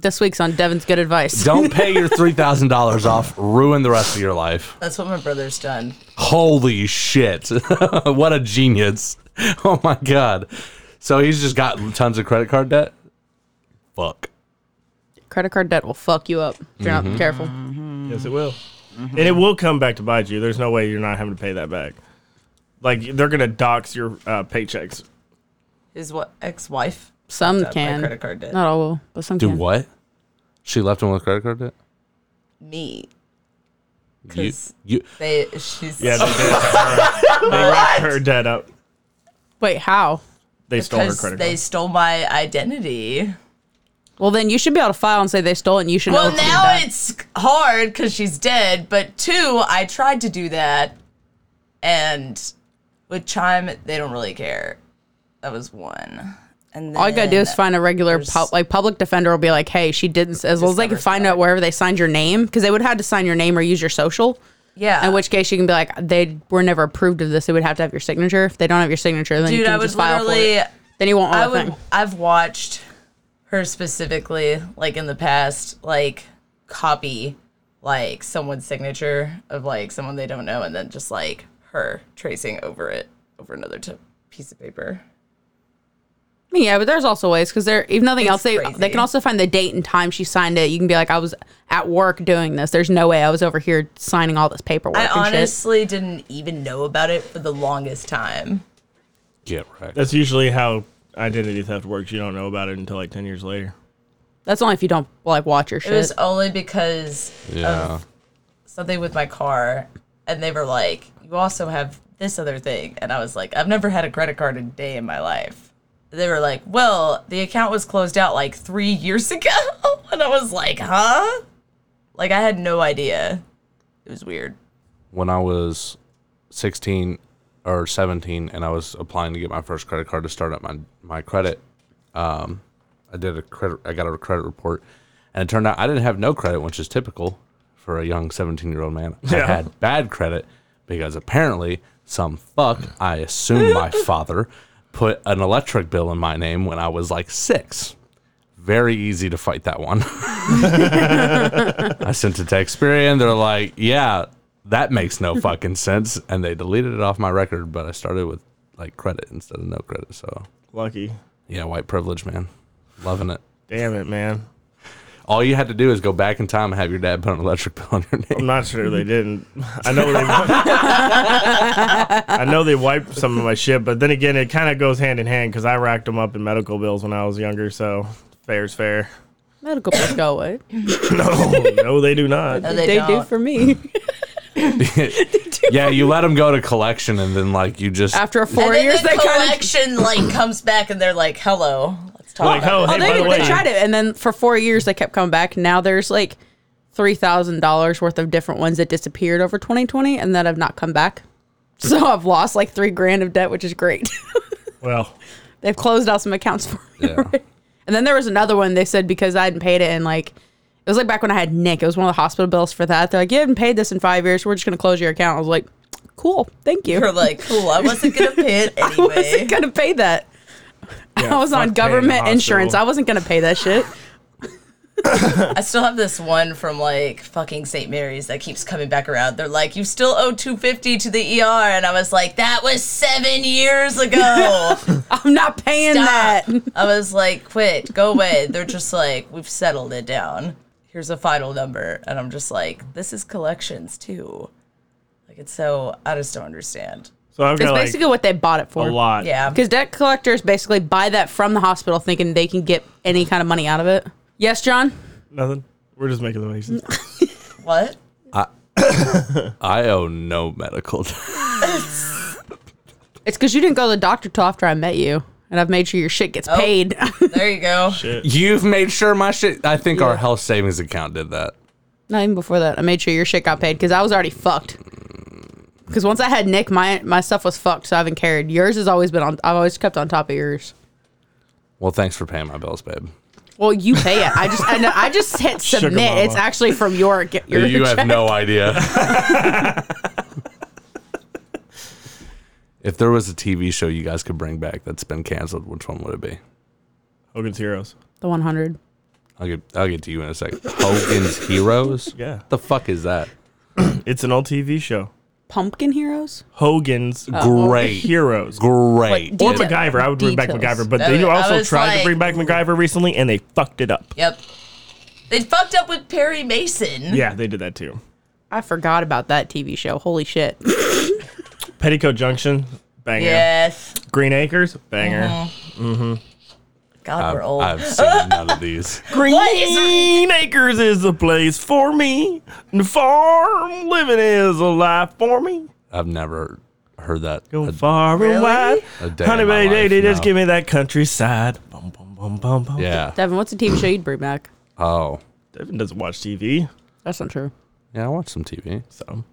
Speaker 3: this week's on Devin's good advice.
Speaker 5: Don't pay your three thousand dollars off. Ruin the rest of your life.
Speaker 4: That's what my brother's done.
Speaker 5: Holy shit! what a genius! Oh my god! So he's just got tons of credit card debt. Fuck.
Speaker 3: Credit card debt will fuck you up if you're
Speaker 5: Mm-hmm.
Speaker 3: not careful.
Speaker 2: yes, it will.
Speaker 3: Mm-hmm.
Speaker 2: And it will come back to bite you. There's no way you're not having to pay that back. Like they're gonna dox your uh, paychecks.
Speaker 4: His what ex-wife.
Speaker 3: Some
Speaker 4: my
Speaker 3: can.
Speaker 4: credit card debt.
Speaker 3: Not all will, but some
Speaker 5: Do
Speaker 3: can.
Speaker 5: what? She left him with credit card debt.
Speaker 4: Me.
Speaker 5: You,
Speaker 4: 'Cause
Speaker 5: you,
Speaker 4: They she's
Speaker 2: Yeah, they did. her, they racked her debt up.
Speaker 3: Wait, how?
Speaker 2: They stole her
Speaker 4: because
Speaker 2: credit
Speaker 4: they
Speaker 2: card.
Speaker 4: stole my identity.
Speaker 3: Well, then you should be able to file and say they stole it and you should
Speaker 4: Well,
Speaker 3: know.
Speaker 4: now it's hard because she's dead. But two, I tried to do that, and with Chime, they don't really care. That was one. And then,
Speaker 3: all you gotta do is find a regular
Speaker 4: there's-
Speaker 3: pub, like public defender will be like, hey, she didn't. As long as they can
Speaker 4: Discover
Speaker 3: find out wherever they signed your name, because they would have to sign your name or use your social.
Speaker 4: yeah.
Speaker 3: In which case, you can be like, they were never approved of this. They would have to have your signature. If they don't have your signature, then you
Speaker 4: dude,
Speaker 3: can
Speaker 4: I would
Speaker 3: just file for it.
Speaker 4: literally.
Speaker 3: Then you won't owe
Speaker 4: I
Speaker 3: a
Speaker 4: would.
Speaker 3: thing.
Speaker 4: I've watched her specifically, like in the past, like copy like someone's signature of like someone they don't know, and then just like her tracing over it over another t- piece of paper.
Speaker 3: Yeah, but there's also ways because they're if nothing
Speaker 4: It's
Speaker 3: else, they they
Speaker 4: crazy.
Speaker 3: can also find the date and time she signed it. You can be like, I was at work doing this. There's no way I was over here signing all this paperwork.
Speaker 4: I
Speaker 3: and shit."
Speaker 4: honestly didn't even know about it for the longest time.
Speaker 5: Get right.
Speaker 2: That's usually how identity theft works. You don't know about it until like 10 years later.
Speaker 3: That's only if you don't like watch your
Speaker 4: It
Speaker 3: shit.
Speaker 4: was only because
Speaker 5: yeah.
Speaker 4: something with my car, and they were like, "You also have this other thing," and I was like, "I've never had a credit card a day in my life." They were like, "Well, the account was closed out like three years ago," and I was like, "Huh?" Like I had no idea. It was weird.
Speaker 5: when I was 16 or 17 and I was applying to get my first credit card to start up my, my credit, um, I did a credit, I got a credit report and it turned out I didn't have no credit, which is typical for a young 17 year old man. I
Speaker 2: Yeah.
Speaker 5: had bad credit because apparently some fuck, I assume my father, put an electric bill in my name when I was like six. Very easy to fight that one. I sent it to Experian. They're like, yeah, that makes no fucking sense. And they deleted it off my record, but I started with like credit instead of no credit. So
Speaker 2: Lucky.
Speaker 5: yeah, white privilege, man. Loving it.
Speaker 2: Damn it, man.
Speaker 5: All you had to do is go back in time and have your dad put an electric bill on your name.
Speaker 2: I'm not sure they didn't. I know they. I know they wiped some of my shit, but then again, it kind of goes hand in hand because I racked them up in medical bills when I was younger. So fair's fair.
Speaker 3: Medical bills go away.
Speaker 2: No, no, they do not.
Speaker 4: No,
Speaker 3: They, do
Speaker 4: don't.
Speaker 3: for me
Speaker 5: yeah, you let them go to collection and then like you just
Speaker 3: after
Speaker 4: and
Speaker 3: four
Speaker 4: then
Speaker 3: years.
Speaker 4: the
Speaker 3: They kind of
Speaker 4: collection like comes back, and they're like, "Hello, let's talk."
Speaker 2: Like,
Speaker 4: about
Speaker 2: oh,
Speaker 4: this."
Speaker 2: hey, by
Speaker 3: oh, they,
Speaker 2: the
Speaker 3: they
Speaker 2: way,
Speaker 3: tried it, and then for four years they kept coming back. Now there's like three thousand dollars worth of different ones that disappeared over 2020 and that have not come back.
Speaker 2: Hmm.
Speaker 3: So I've lost like three grand of debt, which is great.
Speaker 2: Well,
Speaker 3: They've closed out some accounts for me.
Speaker 5: Yeah.
Speaker 3: And then there was another one they said because I hadn't paid it and like it was like back when I had Nick. It was one of the hospital bills for that. They're like, You haven't paid this in five years, we're just gonna close your account. I was like, Cool, thank you.
Speaker 4: You're like, "Cool, I wasn't gonna pay it
Speaker 3: I wasn't
Speaker 4: anyway."
Speaker 3: gonna pay that. I was
Speaker 2: fuck
Speaker 3: on
Speaker 2: paying
Speaker 3: government
Speaker 2: the
Speaker 3: insurance. I
Speaker 2: hospital.
Speaker 3: wasn't gonna pay that shit.
Speaker 4: I still have this one from like fucking St. Mary's that keeps coming back around. They're like, "You still owe 250 to the ER," and I was like, "That was seven years ago."
Speaker 3: I'm not paying
Speaker 4: Stop.
Speaker 3: that.
Speaker 4: I was like, quit, go away. They're just like, we've settled it down. Here's a final number. And I'm just like, this is collections too. Like, it's so, I just don't understand.
Speaker 2: so I've
Speaker 3: It's
Speaker 2: got like
Speaker 3: basically what they bought it
Speaker 2: a
Speaker 3: for.
Speaker 2: lot.
Speaker 4: Yeah.
Speaker 3: Because debt collectors basically buy that from the hospital thinking they can get any kind of money out of it. Yes, John?
Speaker 2: Nothing. We're just making the faces.
Speaker 4: What?
Speaker 5: I owe no medical. debt.
Speaker 3: It's because you didn't go to the doctor till after I met you, and I've made sure your shit gets paid.
Speaker 4: There you go.
Speaker 5: You've made sure my shit. I think our health savings account did that.
Speaker 3: Not even before that, I made sure your shit got paid because I was already fucked. Because once I had Nick, my my stuff was fucked, so I haven't carried. Yours has always been on. I've always kept on top of yours.
Speaker 5: Well, thanks for paying my bills, babe.
Speaker 3: Well, you pay it. I just I, know, I just hit
Speaker 2: Sugar
Speaker 3: submit.
Speaker 2: mama.
Speaker 3: It's actually from your your
Speaker 5: you
Speaker 3: check.
Speaker 5: have no idea. if there was a TV show you guys could bring back that's been canceled, which one would it be?
Speaker 2: Hogan's Heroes.
Speaker 3: the one hundred.
Speaker 5: I'll get I'll get to you in a second. Hogan's Heroes.
Speaker 2: Yeah.
Speaker 5: the fuck is that?
Speaker 2: It's an old TV show.
Speaker 3: Pumpkin
Speaker 2: Uh,
Speaker 3: heroes.
Speaker 2: Hogan's
Speaker 3: Oh.
Speaker 5: Great,
Speaker 2: Heroes.
Speaker 5: great.
Speaker 2: Or
Speaker 3: What did-
Speaker 2: MacGyver. I would bring back
Speaker 3: Details.
Speaker 2: MacGyver, but
Speaker 4: That
Speaker 2: they
Speaker 4: was- I
Speaker 2: also
Speaker 4: was
Speaker 2: tried
Speaker 4: like-
Speaker 2: to bring back MacGyver recently, and they fucked it up.
Speaker 4: Yep. They fucked up with Perry Mason.
Speaker 2: Yeah, they did that too.
Speaker 3: I forgot about that TV show. Holy shit!
Speaker 2: Petticoat Junction, banger.
Speaker 4: Yes.
Speaker 2: Green Acres, banger.
Speaker 4: Mm-hmm. God,
Speaker 5: I've,
Speaker 4: we're old.
Speaker 5: I've seen none of these.
Speaker 2: Green
Speaker 4: What is
Speaker 2: Acres is the place for me. And farm living is a life for me.
Speaker 5: I've never heard that.
Speaker 2: Go
Speaker 5: Uh,
Speaker 2: far
Speaker 4: Really?
Speaker 2: and wide.
Speaker 5: A day
Speaker 2: Honey,
Speaker 5: in my
Speaker 2: baby,
Speaker 5: life,
Speaker 2: they just
Speaker 5: no.
Speaker 2: give me that countryside. Bum, bum, bum, bum, bum.
Speaker 5: yeah.
Speaker 3: Devin, what's a TV show you'd bring back?
Speaker 5: Oh.
Speaker 2: Devin doesn't watch TV,
Speaker 3: That's not true.
Speaker 5: Yeah, I watch some TV.
Speaker 2: so.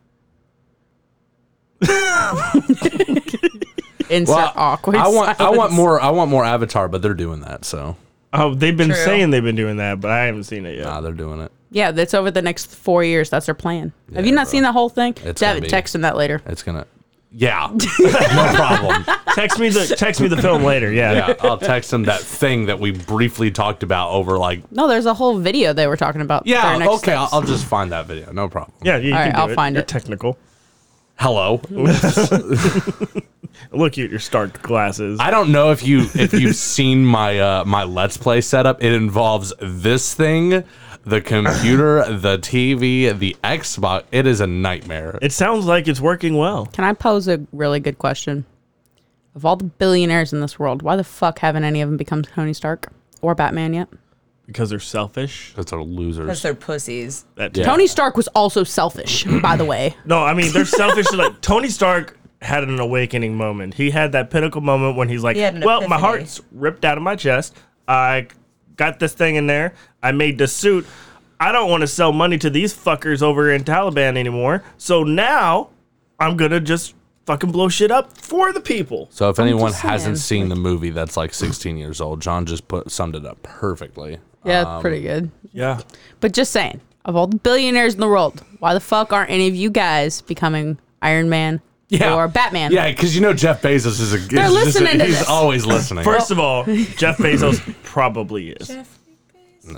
Speaker 3: Insert awkward.
Speaker 5: I want I want
Speaker 3: silence.
Speaker 5: more I want more Avatar, but they're doing that, so
Speaker 2: Oh, they've been
Speaker 4: True.
Speaker 2: saying they've been doing that, but I haven't seen it yet.
Speaker 5: nah, they're doing it.
Speaker 3: Yeah, that's over the next four years. That's their plan. Have
Speaker 5: Yeah,
Speaker 3: you not
Speaker 5: bro.
Speaker 3: seen the whole thing?
Speaker 5: It's gonna
Speaker 3: Devin,
Speaker 5: be-
Speaker 3: text him that later.
Speaker 5: It's gonna Yeah. no problem.
Speaker 2: text me the text me the film later. Yeah.
Speaker 5: Yeah, I'll text him that thing that we briefly talked about over like
Speaker 3: No, there's a whole video they were talking about.
Speaker 5: Yeah,
Speaker 3: their next
Speaker 5: okay, I'll,
Speaker 3: steps.
Speaker 5: I'll just find that video. No problem.
Speaker 2: Yeah, you
Speaker 3: All
Speaker 2: can
Speaker 3: right,
Speaker 2: do
Speaker 3: I'll
Speaker 2: it.
Speaker 3: find
Speaker 2: You're
Speaker 3: it.
Speaker 2: technical.
Speaker 5: Hello.
Speaker 2: Look at your Stark glasses.
Speaker 5: I don't know if you if you've seen my uh, my Let's Play setup. It involves this thing, the computer, the TV, the Xbox. It is a nightmare.
Speaker 2: it sounds like it's working well.
Speaker 3: Can I pose a really good question? Of all the billionaires in this world, why the fuck haven't any of them become Tony Stark or Batman yet?
Speaker 2: Because they're selfish.
Speaker 5: That's our
Speaker 4: Because
Speaker 5: losers.
Speaker 4: they're pussies.
Speaker 2: That
Speaker 5: Yeah.
Speaker 3: Tony Stark was also selfish, by the way.
Speaker 2: No, I mean they're selfish. like Tony Stark had an awakening moment. He had that pinnacle moment when he's like,
Speaker 4: He had an
Speaker 2: "Well, my
Speaker 4: epiphany.
Speaker 2: heart's ripped out of my chest. I got this thing in there. I made this suit. I don't want to sell money to these fuckers over in Taliban anymore. So now I'm gonna just fucking blow shit up for the people."
Speaker 5: So if anyone
Speaker 3: just saying,
Speaker 5: hasn't seen the movie that's like 16 years old, John just put summed it up perfectly.
Speaker 3: Yeah,
Speaker 5: Um,
Speaker 3: it's pretty good.
Speaker 2: Yeah,
Speaker 3: But just saying, of all the billionaires in the world, why the fuck aren't any of you guys becoming Iron Man or Batman?
Speaker 5: Yeah, because you know Jeff Bezos is a. They're
Speaker 3: listening to
Speaker 5: He's
Speaker 3: this.
Speaker 5: always listening.
Speaker 2: First of all, Jeff Bezos probably is.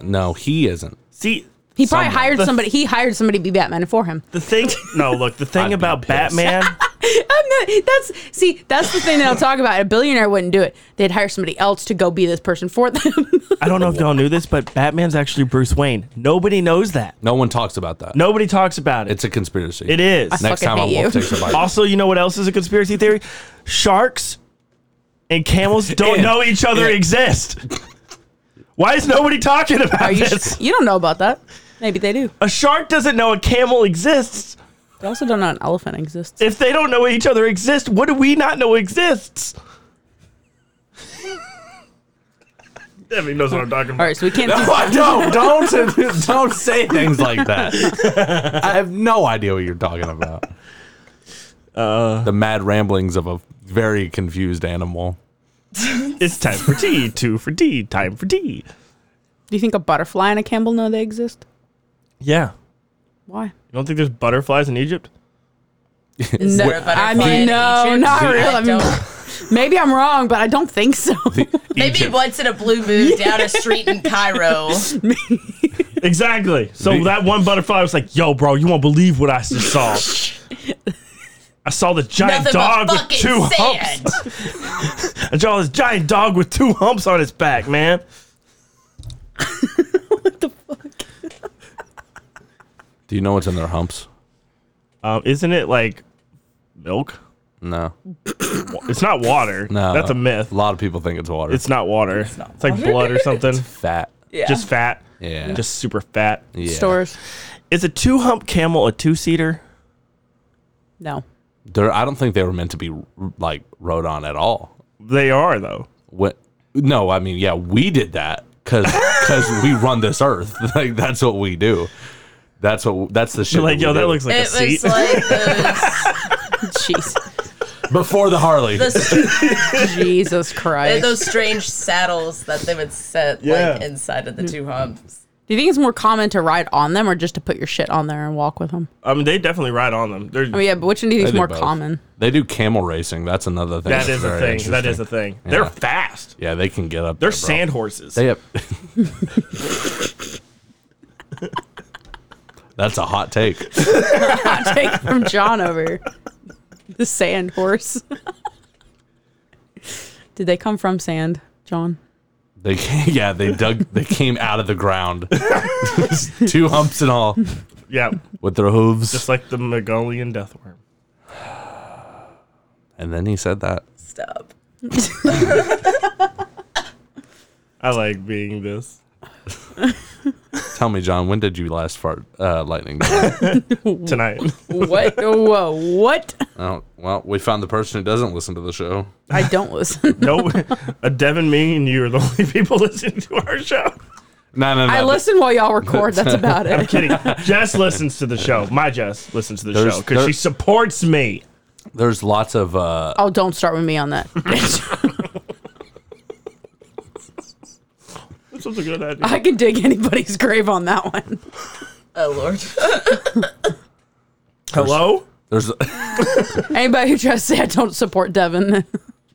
Speaker 5: no, he isn't.
Speaker 2: See,
Speaker 3: he probably
Speaker 5: Somebody.
Speaker 3: hired somebody. He hired somebody to be Batman for him.
Speaker 2: the thing. No, look, the
Speaker 5: I'd
Speaker 2: thing
Speaker 5: be
Speaker 2: about
Speaker 5: pissed.
Speaker 2: Batman.
Speaker 3: I'm not- that's see, that's the thing that I'll talk about. A billionaire wouldn't do it. They'd hire somebody else to go be this person for them.
Speaker 2: I don't know if y'all knew this, but Batman's actually Bruce Wayne. Nobody knows that.
Speaker 5: No one talks about that.
Speaker 2: Nobody talks about it.
Speaker 5: it's a conspiracy.
Speaker 2: it is.
Speaker 5: Next
Speaker 3: Fucking
Speaker 5: time on
Speaker 3: hate
Speaker 5: Wolf
Speaker 3: you.
Speaker 5: Takes a Bite.
Speaker 2: Also, you know what else is a conspiracy theory? Sharks and camels don't
Speaker 5: And-
Speaker 2: know each other
Speaker 5: and-
Speaker 2: exist. Why is nobody talking about
Speaker 3: Are you?
Speaker 2: this?
Speaker 3: you don't know about that. Maybe they do.
Speaker 2: a shark doesn't know a camel exists.
Speaker 3: They also don't know an elephant exists.
Speaker 2: If they don't know each other exists, what do we not know exists? Debbie knows what I'm talking
Speaker 3: All
Speaker 2: about.
Speaker 3: right, so we can't. do-
Speaker 5: No, don't, don't, don't say things like that. I have no idea what you're talking about.
Speaker 2: Uh.
Speaker 5: the mad ramblings of a very confused animal.
Speaker 2: It's time for tea. Two for tea. Time for tea.
Speaker 3: Do you think a butterfly and a camel know they exist?
Speaker 2: Yeah.
Speaker 3: Why?
Speaker 2: You don't think there's butterflies in Egypt?
Speaker 4: Is
Speaker 3: No,
Speaker 4: there a butterfly
Speaker 3: I mean,
Speaker 4: in
Speaker 3: no,
Speaker 4: Egypt?
Speaker 3: not really. I
Speaker 4: I
Speaker 3: mean-
Speaker 4: don't-
Speaker 3: Maybe I'm wrong, but I don't think so.
Speaker 4: Maybe
Speaker 5: Egypt.
Speaker 4: once in a blue moon down a street in Cairo.
Speaker 2: Exactly. So
Speaker 5: The-
Speaker 2: that one butterfly was like, "Yo, bro, you won't believe what I just saw. I saw the giant
Speaker 4: Nothing
Speaker 2: dog
Speaker 4: but
Speaker 2: with
Speaker 4: fucking
Speaker 2: two
Speaker 4: sand.
Speaker 2: humps. I saw this giant dog with two humps on its back, man.
Speaker 5: Do you know what's in their humps?
Speaker 2: Um, isn't it like milk?
Speaker 5: No,
Speaker 2: It's not water.
Speaker 5: no.
Speaker 2: that's a myth.
Speaker 5: A lot of people think it's water.
Speaker 2: It's not water. It's, like blood or something.
Speaker 5: fat.
Speaker 4: Yeah.
Speaker 2: Just fat.
Speaker 5: Yeah.
Speaker 2: Just super fat.
Speaker 5: Yeah.
Speaker 3: Stores.
Speaker 2: Is a two hump camel a two seater?
Speaker 3: No.
Speaker 5: They're, I don't think they were meant to be like rode on at all.
Speaker 2: They are though.
Speaker 5: What? No, I mean, yeah, we did that because we run this earth. Like that's what we do. That's what that's the shit.
Speaker 2: You're like,
Speaker 5: we
Speaker 2: yo, that
Speaker 5: do.
Speaker 2: looks like a
Speaker 4: it
Speaker 2: seat.
Speaker 4: was like the,
Speaker 3: Jeez.
Speaker 5: before the Harley.
Speaker 4: the,
Speaker 3: Jesus Christ.
Speaker 4: those strange saddles that they would set
Speaker 2: Yeah.
Speaker 4: like inside of the two humps.
Speaker 3: Do you think it's more common to ride on them or just to put your shit on there and walk with them?
Speaker 2: I mean, they definitely ride on them. They're,
Speaker 3: I mean, yeah, but which one do you think
Speaker 5: They do
Speaker 3: is more
Speaker 5: both.
Speaker 3: common?
Speaker 5: They do camel racing. That's another thing.
Speaker 2: that
Speaker 5: that's
Speaker 2: is a
Speaker 5: very
Speaker 2: thing. That is
Speaker 5: interesting.
Speaker 2: a thing.
Speaker 5: Yeah.
Speaker 2: They're fast.
Speaker 5: Yeah, they can get up.
Speaker 2: They're
Speaker 5: there, bro.
Speaker 2: sand horses.
Speaker 5: They have. That's a hot take.
Speaker 3: Hot take from John over here. The sand horse. Did they come from sand, John?
Speaker 5: They came, yeah, they dug. They came out of the ground, two humps and all,
Speaker 2: yeah,
Speaker 5: with their hooves.
Speaker 2: just like the Mongolian death worm.
Speaker 5: and then he said that.
Speaker 4: Stop.
Speaker 2: I like being this.
Speaker 5: Tell me, John, when did you last fart uh, lightning? round?
Speaker 2: Tonight.
Speaker 3: What? Whoa, what?
Speaker 5: oh, well, we found the person who doesn't listen to the show.
Speaker 3: I don't listen.
Speaker 2: no, uh, Devin, me, and you are the only people listening to our show.
Speaker 5: No, no, no.
Speaker 3: I listen while y'all record. That's about it.
Speaker 2: Kidding. Jess listens to the show. My Jess listens to the
Speaker 5: There's-
Speaker 2: show because she
Speaker 5: there-
Speaker 2: supports me.
Speaker 5: There's lots of uh,
Speaker 3: Oh, don't start with me on that.
Speaker 2: This was a good idea.
Speaker 3: I can dig anybody's grave on that one.
Speaker 4: Oh Lord.
Speaker 2: Hello?
Speaker 5: there's
Speaker 3: Anybody who tries to say I don't support Devin,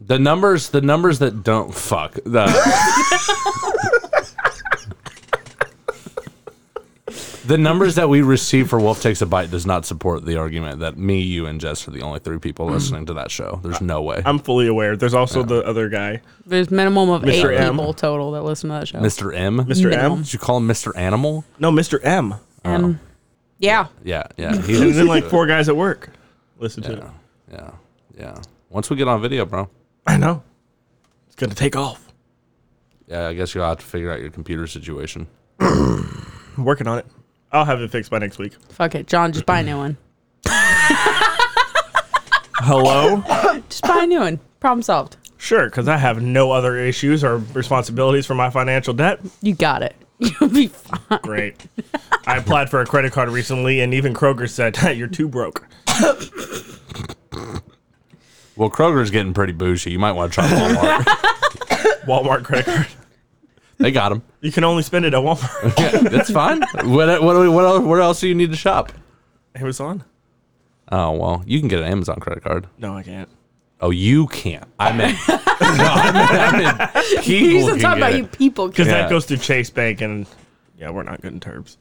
Speaker 5: the numbers the numbers that don't fuck the The numbers that we receive for Wolf Takes a Bite does not support the argument that me, you, and Jess are the only three people listening to that show. There's no way.
Speaker 2: I'm fully aware. There's also the other guy,
Speaker 3: There's minimum of
Speaker 2: Mr.
Speaker 3: eight
Speaker 2: M.
Speaker 3: people total that listen to that show.
Speaker 5: Mr. M.
Speaker 2: Mr. M.
Speaker 5: Did you call him Mr. Animal?
Speaker 2: No, Mr. M.
Speaker 3: Um, yeah.
Speaker 5: Yeah, yeah. He
Speaker 2: He's in
Speaker 5: listens
Speaker 2: like
Speaker 5: to it.
Speaker 2: four guys at work. Listen to it.
Speaker 5: Yeah, yeah, yeah. Once we get on video, bro.
Speaker 2: I know. It's gonna take off.
Speaker 5: Yeah, I guess you'll have to figure out your computer situation.
Speaker 2: I'm working on it. I'll have it fixed by next week.
Speaker 3: Fuck it, John. Just buy a new one.
Speaker 2: Hello?
Speaker 3: Just buy a new one. Problem solved.
Speaker 2: sure, because I have no other issues or responsibilities for my financial debt.
Speaker 3: You got it. You'll be fine.
Speaker 2: Great. I applied for a credit card recently, and even Kroger said, You're too broke.
Speaker 5: Well, Kroger's getting pretty bougie. You might want to try Walmart.
Speaker 2: Walmart credit card.
Speaker 5: they got him.
Speaker 2: You can only spend it at Walmart.
Speaker 5: Yeah, that's fine. What what what else, what else do you need to shop?
Speaker 2: Amazon?
Speaker 5: Oh well, you can get an Amazon credit card.
Speaker 2: No, I can't.
Speaker 5: Oh, you can't. I meant. no, I meant, I meant people
Speaker 3: He's
Speaker 5: can
Speaker 3: not talking
Speaker 5: get
Speaker 3: about
Speaker 5: it.
Speaker 3: you people.
Speaker 2: Because
Speaker 5: Yeah.
Speaker 2: that goes through Chase Bank, and yeah, we're not good in terms.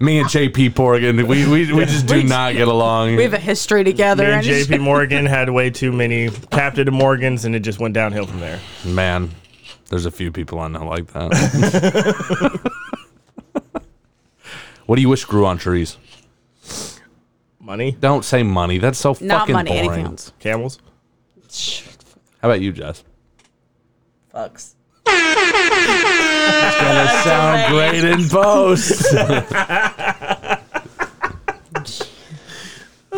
Speaker 5: Me and JP Morgan, we we, we just do not get along.
Speaker 3: We have a history together.
Speaker 2: Me and
Speaker 3: and it's-
Speaker 2: JP Morgan had way too many Captain Morgans, and it just went downhill from there.
Speaker 5: Man, there's a few people I know like that. what do you wish grew on trees?
Speaker 2: Money?
Speaker 5: Don't say money. That's so
Speaker 3: not
Speaker 5: fucking
Speaker 3: money.
Speaker 5: boring.
Speaker 3: Anything else?
Speaker 2: Camels?
Speaker 5: How about you, Jess?
Speaker 4: Fucks.
Speaker 5: Gonna sound great in post.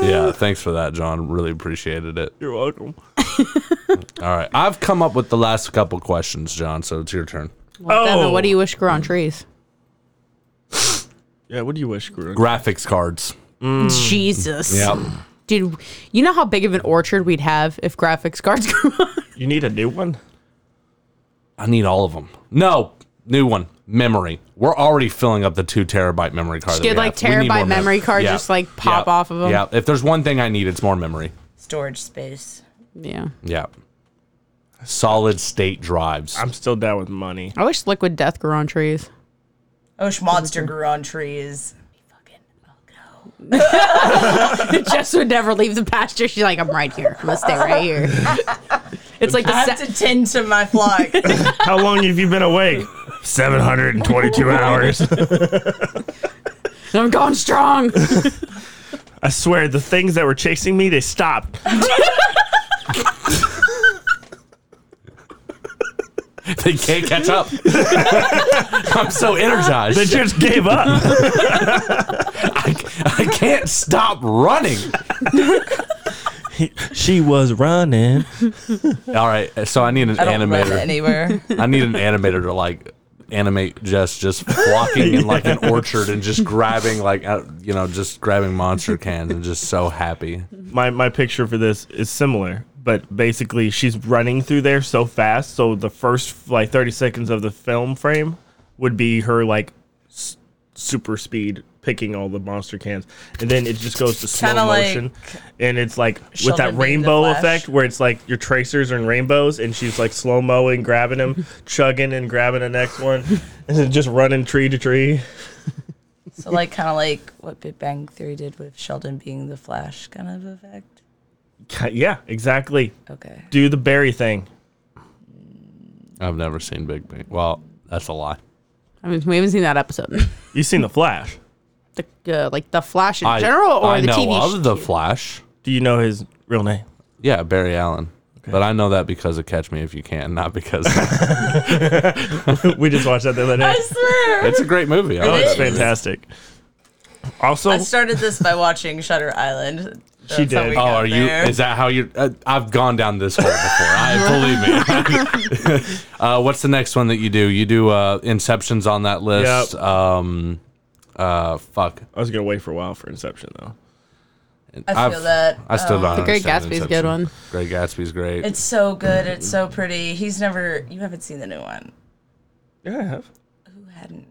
Speaker 5: yeah, thanks for that, John. Really appreciated it.
Speaker 2: You're welcome.
Speaker 5: All right, I've come up with the last couple questions, John. So it's your turn.
Speaker 3: Well, Devin,
Speaker 2: Oh.
Speaker 3: what do you wish grew on trees?
Speaker 2: Yeah, what do you wish, Guru?
Speaker 5: Graphics cards.
Speaker 3: Hmm. Jesus.
Speaker 5: Yep.
Speaker 3: Dude, you know how big of an orchard we'd have if graphics cards grew on?
Speaker 2: You need a new one?
Speaker 5: I need all of them. No, new one. Memory. We're already filling up the two terabyte memory card.
Speaker 3: Just
Speaker 5: that
Speaker 3: get,
Speaker 5: we
Speaker 3: like,
Speaker 5: have. We need
Speaker 3: terabyte
Speaker 5: more mem-
Speaker 3: memory card, just, like, pop off of 'em.
Speaker 5: Yeah. If there's one thing I need, it's more memory.
Speaker 4: Storage space.
Speaker 3: Yeah.
Speaker 5: Yeah. Solid state drives.
Speaker 2: I'm still down with money.
Speaker 3: I wish liquid death grew on trees.
Speaker 4: I wish monster grew on trees. Fucking. Oh no.
Speaker 3: Jess would never leave the pasture. She's like, I'm right here. I'm gonna stay right here. It's like
Speaker 4: I
Speaker 3: the
Speaker 4: have
Speaker 3: se-
Speaker 4: to tend to my flock.
Speaker 2: How long have you been awake? 722 hours.
Speaker 3: I'm going strong.
Speaker 2: I swear, the things that were chasing me, they stopped.
Speaker 5: they can't catch up. I'm so energized.
Speaker 2: They just gave up.
Speaker 5: I, I can't stop running.
Speaker 2: she was running.
Speaker 5: All right. So I need an
Speaker 4: I don't run
Speaker 5: animator.
Speaker 4: anywhere.
Speaker 5: I need an animator to like animate Jess just walking in like an orchard and just grabbing like uh, you know just grabbing monster cans and just so happy.
Speaker 2: My, my picture for this is similar, but basically, she's running through there so fast. So the first like 30 seconds of the film frame would be her like s- super speed picking all the monster cans, and then it just goes to slow
Speaker 4: Kinda like
Speaker 2: motion, and it's like with
Speaker 4: Sheldon
Speaker 2: that
Speaker 4: being the
Speaker 2: rainbow
Speaker 4: Flash.
Speaker 2: effect where it's like your tracers are in rainbows, and she's like slow moing, grabbing them, chugging and grabbing the next one, and then just running tree to tree.
Speaker 4: So like kind of like what Big Bang Theory did with Sheldon being the Flash kind of effect.
Speaker 2: Yeah, exactly.
Speaker 4: Okay.
Speaker 2: Do the berry thing.
Speaker 5: I've never seen Big Bang. Well, that's a lie.
Speaker 3: I mean, we haven't seen that episode.
Speaker 2: You seen the Flash?
Speaker 3: The, uh, like the Flash in general, or
Speaker 5: I
Speaker 3: the
Speaker 5: know
Speaker 3: TV.
Speaker 5: of the Flash.
Speaker 2: Do you know his real name?
Speaker 5: Yeah, Barry Allen. But I know that because of Catch Me If You Can, not because
Speaker 2: we just watched that the other day.
Speaker 4: I swear.
Speaker 5: it's a great movie. I
Speaker 4: It
Speaker 5: like
Speaker 2: It's
Speaker 5: it.
Speaker 2: fantastic. Also,
Speaker 4: I started this by watching Shutter Island. That's
Speaker 2: She did.
Speaker 4: How we
Speaker 5: Oh,
Speaker 4: got
Speaker 5: are you?
Speaker 4: there.
Speaker 5: Is that how you? Uh, I've gone down this hole before. I believe me. uh, what's the next one that you do? You do uh, Inceptions on that list.
Speaker 2: Yep.
Speaker 5: Um, uh, fuck.
Speaker 2: I was gonna wait for a while for Inception though.
Speaker 4: I feel that, Um,
Speaker 5: I still don't.
Speaker 3: The Great
Speaker 5: understand
Speaker 3: Gatsby's a good
Speaker 5: Inception.
Speaker 3: one.
Speaker 5: Great Gatsby's great.
Speaker 4: It's so good. It's so pretty. He's never. You haven't seen the new one.
Speaker 2: Yeah, I have.
Speaker 4: Who hadn't?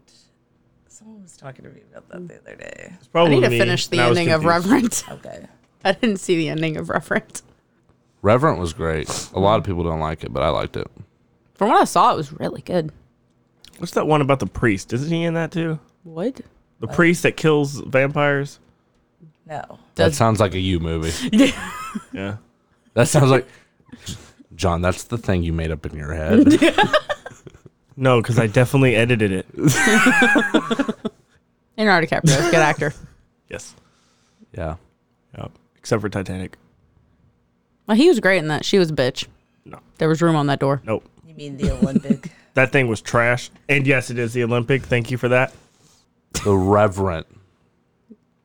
Speaker 4: Someone was talking to me about that the other day.
Speaker 2: It's probably
Speaker 3: I need to
Speaker 2: me,
Speaker 3: finish the
Speaker 2: and I was
Speaker 3: ending of
Speaker 2: confused.
Speaker 3: Reverend.
Speaker 4: Okay.
Speaker 3: I didn't see the ending of Reverend.
Speaker 5: Reverend was great. A lot of people don't like it, but I liked it.
Speaker 3: From what I saw, it was really good.
Speaker 2: What's that one about the priest? Isn't he in that too?
Speaker 3: What?
Speaker 2: The priest that kills vampires.
Speaker 4: No.
Speaker 5: That sounds like a you movie.
Speaker 2: Yeah.
Speaker 5: That sounds like John. That's the thing you made up in your head.
Speaker 2: No, because I definitely edited it.
Speaker 3: Leonardo DiCaprio, good actor.
Speaker 2: Yes.
Speaker 5: Yeah.
Speaker 2: Yep. Except for Titanic.
Speaker 3: Well, he was great in that. She was a bitch.
Speaker 2: No.
Speaker 3: There was room on that door.
Speaker 2: Nope.
Speaker 4: You mean the Olympic?
Speaker 2: That thing was trash. And yes, it is the Olympic. Thank you for that.
Speaker 5: The Reverend,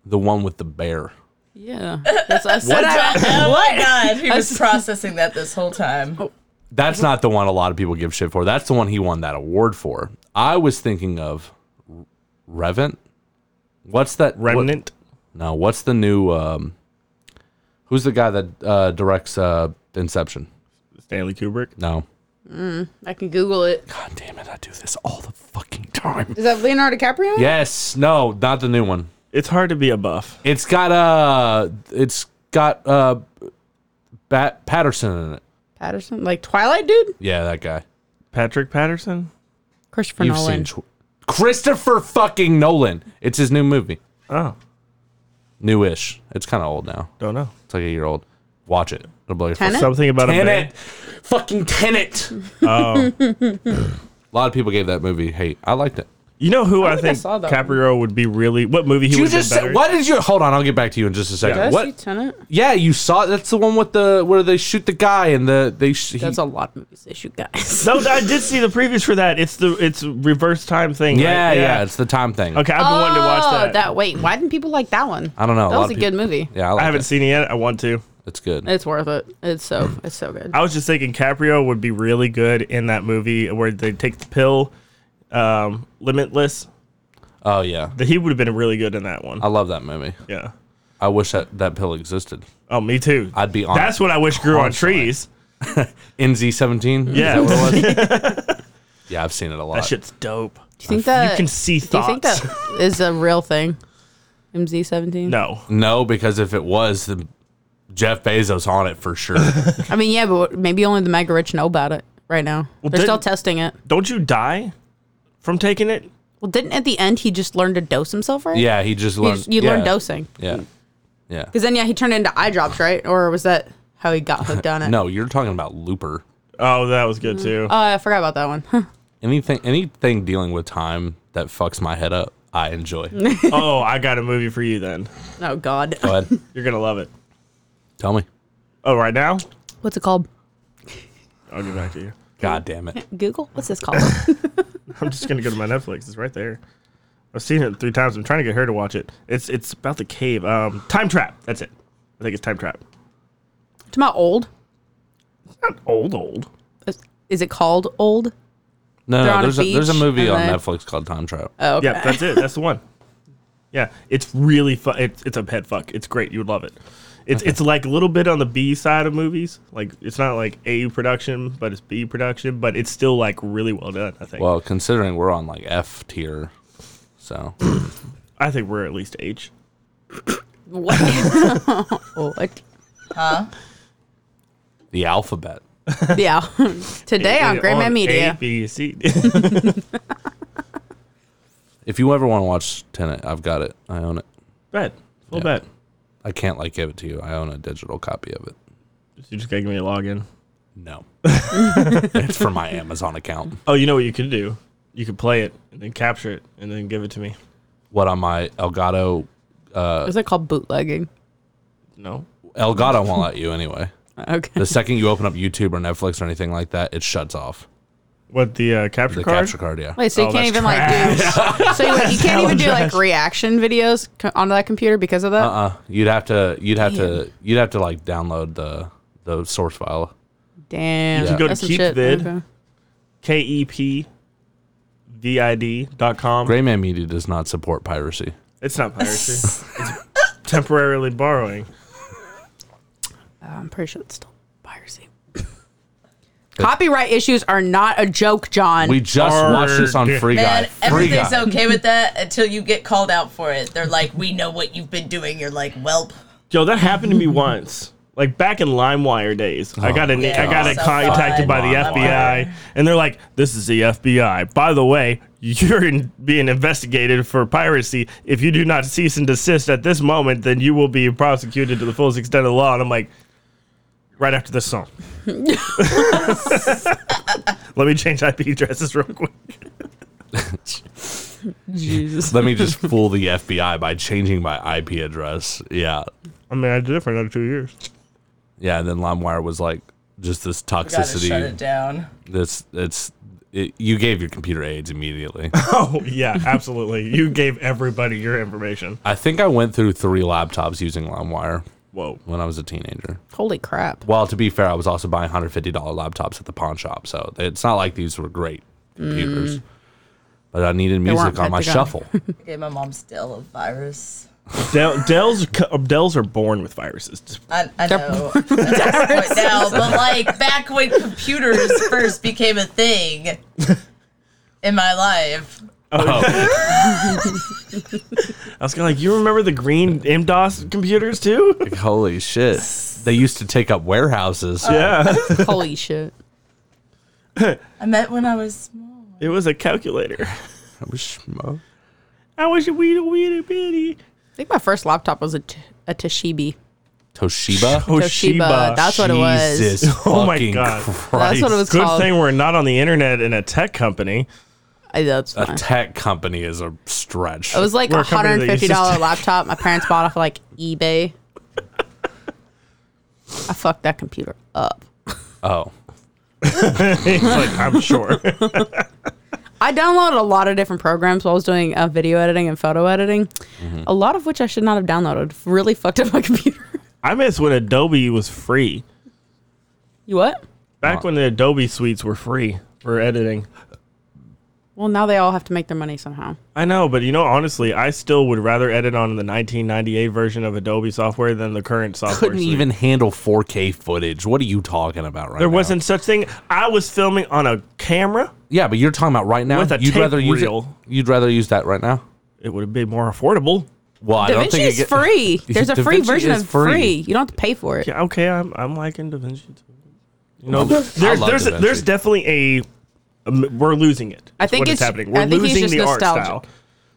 Speaker 5: the one with the bear.
Speaker 3: Yeah. That's, I said I-
Speaker 4: oh my god, he was processing that this whole time.
Speaker 5: That's not the one a lot of people give shit for. That's the one he won that award for. I was thinking of R- Revenant. What's that? what-
Speaker 2: Remnant.
Speaker 5: no, what's the new? Um, who's the guy that uh, directs uh, Inception?
Speaker 2: Stanley Kubrick.
Speaker 5: No.
Speaker 3: I can Google it.
Speaker 5: God damn it! I do this all the fucking time.
Speaker 3: Is that Leonardo DiCaprio?
Speaker 5: Yes. No, not the new one.
Speaker 2: It's hard to be a buff.
Speaker 5: It's got uh it's got uh Bat Patterson in it.
Speaker 3: Patterson, like Twilight dude.
Speaker 5: Yeah, that guy.
Speaker 2: Patrick Patterson.
Speaker 3: Christopher
Speaker 5: You've
Speaker 3: Nolan.
Speaker 5: seen Tw- Christopher fucking Nolan. It's his new movie.
Speaker 2: Oh,
Speaker 5: Newish. It's kind of old now.
Speaker 2: don't know.
Speaker 5: It's like a year old. Watch it. It'll blow your
Speaker 3: Tenet?
Speaker 2: Something about a man.
Speaker 5: Tenet. Fucking Tenet. Oh. a lot of people gave that movie hate. I liked it.
Speaker 2: You know who I,
Speaker 3: think I
Speaker 2: think,
Speaker 3: saw that
Speaker 2: Caprio would be really. What movie he
Speaker 5: you
Speaker 2: would have
Speaker 5: just
Speaker 2: been better?
Speaker 5: said, why did you hold on? I'll get back to you in just a second.
Speaker 2: Did
Speaker 3: Did I see
Speaker 5: What?
Speaker 3: Tenet?
Speaker 5: Yeah, you saw. That's the one with the where they shoot the guy and the they. Sh- he-
Speaker 3: That's a lot of movies they shoot, guys.
Speaker 2: No, I did see the previews for that. It's the it's reverse time thing. right?
Speaker 5: yeah, yeah, It's the time thing.
Speaker 2: Okay, I've been wanting to
Speaker 3: Oh,
Speaker 2: watch that.
Speaker 3: wait, why didn't people like that one?
Speaker 5: I don't know.
Speaker 3: That
Speaker 5: lot
Speaker 3: was a
Speaker 5: of
Speaker 3: good
Speaker 5: people-
Speaker 3: movie.
Speaker 5: Yeah, I, like
Speaker 2: I haven't
Speaker 5: it.
Speaker 2: seen it yet. I want to.
Speaker 5: It's good.
Speaker 3: It's worth it. It's so it's so good.
Speaker 2: I was just thinking Caprio would be really good in that movie where they take the pill, um, Limitless.
Speaker 5: Oh yeah,
Speaker 2: That he would have been really good in that one.
Speaker 5: I love that movie.
Speaker 2: Yeah.
Speaker 5: I wish that that pill existed.
Speaker 2: Oh, me too.
Speaker 5: I'd be on.
Speaker 2: That's what I wish grew on
Speaker 5: Constantly.
Speaker 2: trees.
Speaker 5: NZ seventeen.
Speaker 2: Yeah.
Speaker 5: yeah, I've seen it a lot.
Speaker 2: that shit's dope.
Speaker 3: do you think that
Speaker 2: you can see
Speaker 3: do you
Speaker 2: thoughts.
Speaker 3: think that is a real thing? MZ seventeen.
Speaker 2: no.
Speaker 5: No, because if it was, the Jeff Bezos on it for sure.
Speaker 3: I mean, yeah, but maybe only the mega rich know about it right now. They're
Speaker 2: didn't-
Speaker 3: still testing it.
Speaker 2: Don't you die from taking it?
Speaker 3: Well, didn't at the end he just learn to dose himself right?
Speaker 5: yeah, he just
Speaker 3: You,
Speaker 5: learned.
Speaker 3: just- you Mm,
Speaker 5: yeah,
Speaker 3: learn dosing.
Speaker 5: Yeah, yeah.
Speaker 3: Because then, yeah, he turned into eye drops, right? Or was that how he got hooked on it?
Speaker 5: No, you're talking about Looper.
Speaker 2: Oh, that was good too.
Speaker 3: Oh, I forgot about that one. Huh.
Speaker 5: Anything, anything dealing with time that fucks my head up, I enjoy.
Speaker 2: oh, I got a movie for you then.
Speaker 3: oh, God.
Speaker 5: Go ahead,
Speaker 2: You're gonna love it.
Speaker 5: tell me.
Speaker 2: Oh, right now?
Speaker 3: What's it called?
Speaker 2: I'll get back to you.
Speaker 5: God damn it!
Speaker 3: Google? What's this called?
Speaker 2: I'm just gonna go to my Netflix. It's right there. I've seen it three times. I'm trying to get her to watch it. It's it's about the cave. Um, time trap. That's it. I think it's time trap.
Speaker 3: It's about old.
Speaker 2: Not old old.
Speaker 3: Is- Is it called old?
Speaker 5: No,
Speaker 3: They're
Speaker 5: no,
Speaker 3: on a
Speaker 5: there's a, there's a
Speaker 3: beach
Speaker 5: movie
Speaker 3: and
Speaker 5: on
Speaker 3: they-
Speaker 5: Netflix called Time Trap.
Speaker 3: Oh, okay.
Speaker 2: Yeah, that's it. That's the one. Yeah, it's really fun. It's it's a pet fuck. It's great. You would love it. It's it's like a little bit on the B side of movies. Like it's not like A production, but it's B production. But it's still like really well done. I think.
Speaker 5: Well, considering we're on like F tier, so
Speaker 2: I think we're at least H.
Speaker 3: What? oh, it-
Speaker 5: the alphabet.
Speaker 3: yeah. Today on Grandma
Speaker 2: On
Speaker 3: Media.
Speaker 2: A, B, C.
Speaker 5: If you ever want to watch Tenet, I've got it. I own it.
Speaker 2: bet. Full
Speaker 5: Yeah.
Speaker 2: bet.
Speaker 5: I can't like give it to you. I own a digital copy of it.
Speaker 2: You just gotta give me a login.
Speaker 5: No, it's for my Amazon account.
Speaker 2: Oh, you know what you could do? You could play it and then capture it and then give it to me.
Speaker 5: What on my Elgato?
Speaker 3: Is it called bootlegging?
Speaker 2: No.
Speaker 5: Elgato won't let you anyway.
Speaker 3: Okay.
Speaker 5: The second you open up YouTube or Netflix or anything like that, it shuts off
Speaker 2: What the uh, capture
Speaker 5: the
Speaker 2: card?
Speaker 5: capture card. Yeah,
Speaker 3: Wait, so you
Speaker 2: Oh,
Speaker 3: can't
Speaker 2: that's
Speaker 3: even like do. So you, you can't even do like reaction videos co- onto that computer because of that.
Speaker 5: uh, you'd have to, you'd have to, you'd have to like download the the source file.
Speaker 3: Damn.
Speaker 5: You can
Speaker 2: go to
Speaker 3: That's some
Speaker 2: Keep
Speaker 3: shit.
Speaker 2: Vid.
Speaker 3: Okay.
Speaker 2: K E P V I D dot com.
Speaker 5: Grayman Media does not support piracy.
Speaker 2: It's not piracy. it's temporarily borrowing.
Speaker 3: I'm pretty sure it's still piracy. Copyright issues are not a joke, John.
Speaker 5: We just watched this on
Speaker 2: Arg.
Speaker 5: Free Guy.
Speaker 4: Man,
Speaker 5: Free
Speaker 4: everything's
Speaker 5: Guy.
Speaker 4: okay with that until you get called out for it. They're like, we know what you've been doing. You're like, welp.
Speaker 2: Yo, that happened to me once. Like back in LimeWire days, I got an, I got
Speaker 4: So
Speaker 2: contacted by the
Speaker 4: fun.
Speaker 2: FBI, and they're like, "This is the FBI. By the way, you're in, being investigated for piracy. If you do not cease and desist at this moment, then you will be prosecuted to the fullest extent of the law." And I'm like, right after this song, let me change IP addresses real quick.
Speaker 3: Jesus.
Speaker 5: Let me just fool the FBI by changing my IP address. Yeah.
Speaker 2: I mean, I did it for another two years.
Speaker 5: Yeah. And then LimeWire was like just this
Speaker 4: Gotta shut it
Speaker 5: toxicity.
Speaker 4: down.
Speaker 5: This, it's, it, you gave your computer AIDS immediately.
Speaker 2: Oh yeah, absolutely. you gave everybody your information.
Speaker 5: I think I went through three laptops using LimeWire
Speaker 2: Whoa.
Speaker 5: when I was a teenager.
Speaker 3: Holy crap.
Speaker 5: Well, to be fair, I was also buying $150 laptops at the pawn shop. So it's not like these were great computers. But I needed music
Speaker 3: weren't
Speaker 5: on my
Speaker 3: practical.
Speaker 5: shuffle.
Speaker 4: I gave my mom still a virus.
Speaker 2: Del- Dells Dells are born with viruses.
Speaker 4: I, I know that's right now, but like back when computers first became a thing in my life,
Speaker 2: Oh. I was kind of like, you remember the green MDOS computers too?
Speaker 5: Holy shit. They used to take up warehouses.
Speaker 2: yeah,
Speaker 3: Holy shit.
Speaker 4: I met when I was small.
Speaker 2: it was a calculator.
Speaker 5: I wish mo-
Speaker 2: I wish we a weedy bitty.
Speaker 3: I think my first laptop was a, t- a Toshiba.
Speaker 5: Toshiba?
Speaker 2: Toshiba.
Speaker 3: That's what it was.
Speaker 5: Jesus
Speaker 2: Oh my
Speaker 5: fucking
Speaker 2: God.
Speaker 5: Christ.
Speaker 3: That's what it was
Speaker 2: Good
Speaker 3: called.
Speaker 2: thing we're not on the internet in a tech company.
Speaker 3: I, that's
Speaker 5: A
Speaker 3: fine.
Speaker 5: tech company is a stretch.
Speaker 3: It was like
Speaker 2: We're
Speaker 3: a
Speaker 2: a company
Speaker 3: hundred
Speaker 2: that
Speaker 3: and fifty
Speaker 2: uses
Speaker 3: dollar
Speaker 2: tech.
Speaker 3: laptop. My parents bought off of like eBay. I fucked that computer up.
Speaker 5: oh.
Speaker 2: It's like, I'm sure.
Speaker 3: I downloaded a lot of different programs while I was doing uh, video editing and photo editing,
Speaker 2: Mm-hmm.
Speaker 3: a lot of which I should not have downloaded. Really fucked up my computer.
Speaker 2: I miss when Adobe was free.
Speaker 3: you what?
Speaker 2: Back when the Adobe suites were free for editing.
Speaker 3: Well, now they all have to make their money somehow.
Speaker 2: I know, but you know, honestly, I still would rather edit on the 1998 version of Adobe software than the current software.
Speaker 5: Couldn't
Speaker 2: suite.
Speaker 5: even handle 4K footage. What are you talking about right
Speaker 2: There
Speaker 5: now?
Speaker 2: wasn't such thing. I was filming on a camera.
Speaker 5: Yeah, but you're talking about right now.
Speaker 2: With a
Speaker 5: you'd
Speaker 2: tape
Speaker 5: rather use
Speaker 2: reel.
Speaker 5: It, you'd rather use that right now.
Speaker 2: It would have been more affordable.
Speaker 5: Well, I don't
Speaker 3: DaVinci
Speaker 5: think
Speaker 3: is
Speaker 5: it get-
Speaker 3: free. There's a
Speaker 5: Da
Speaker 3: free
Speaker 5: Vinci
Speaker 3: version
Speaker 5: is
Speaker 3: of
Speaker 5: free.
Speaker 3: free. You don't have to pay for it.
Speaker 2: Yeah, okay, I'm I'm liking DaVinci too. You know, there's
Speaker 5: love
Speaker 2: there's
Speaker 5: Da Vinci.
Speaker 2: there's definitely a um, we're losing it.
Speaker 3: I
Speaker 2: is
Speaker 3: think
Speaker 2: what is
Speaker 3: it's-
Speaker 2: happening. We're
Speaker 3: I think he's
Speaker 2: losing
Speaker 3: just
Speaker 2: the art
Speaker 3: nostalgic.
Speaker 2: style.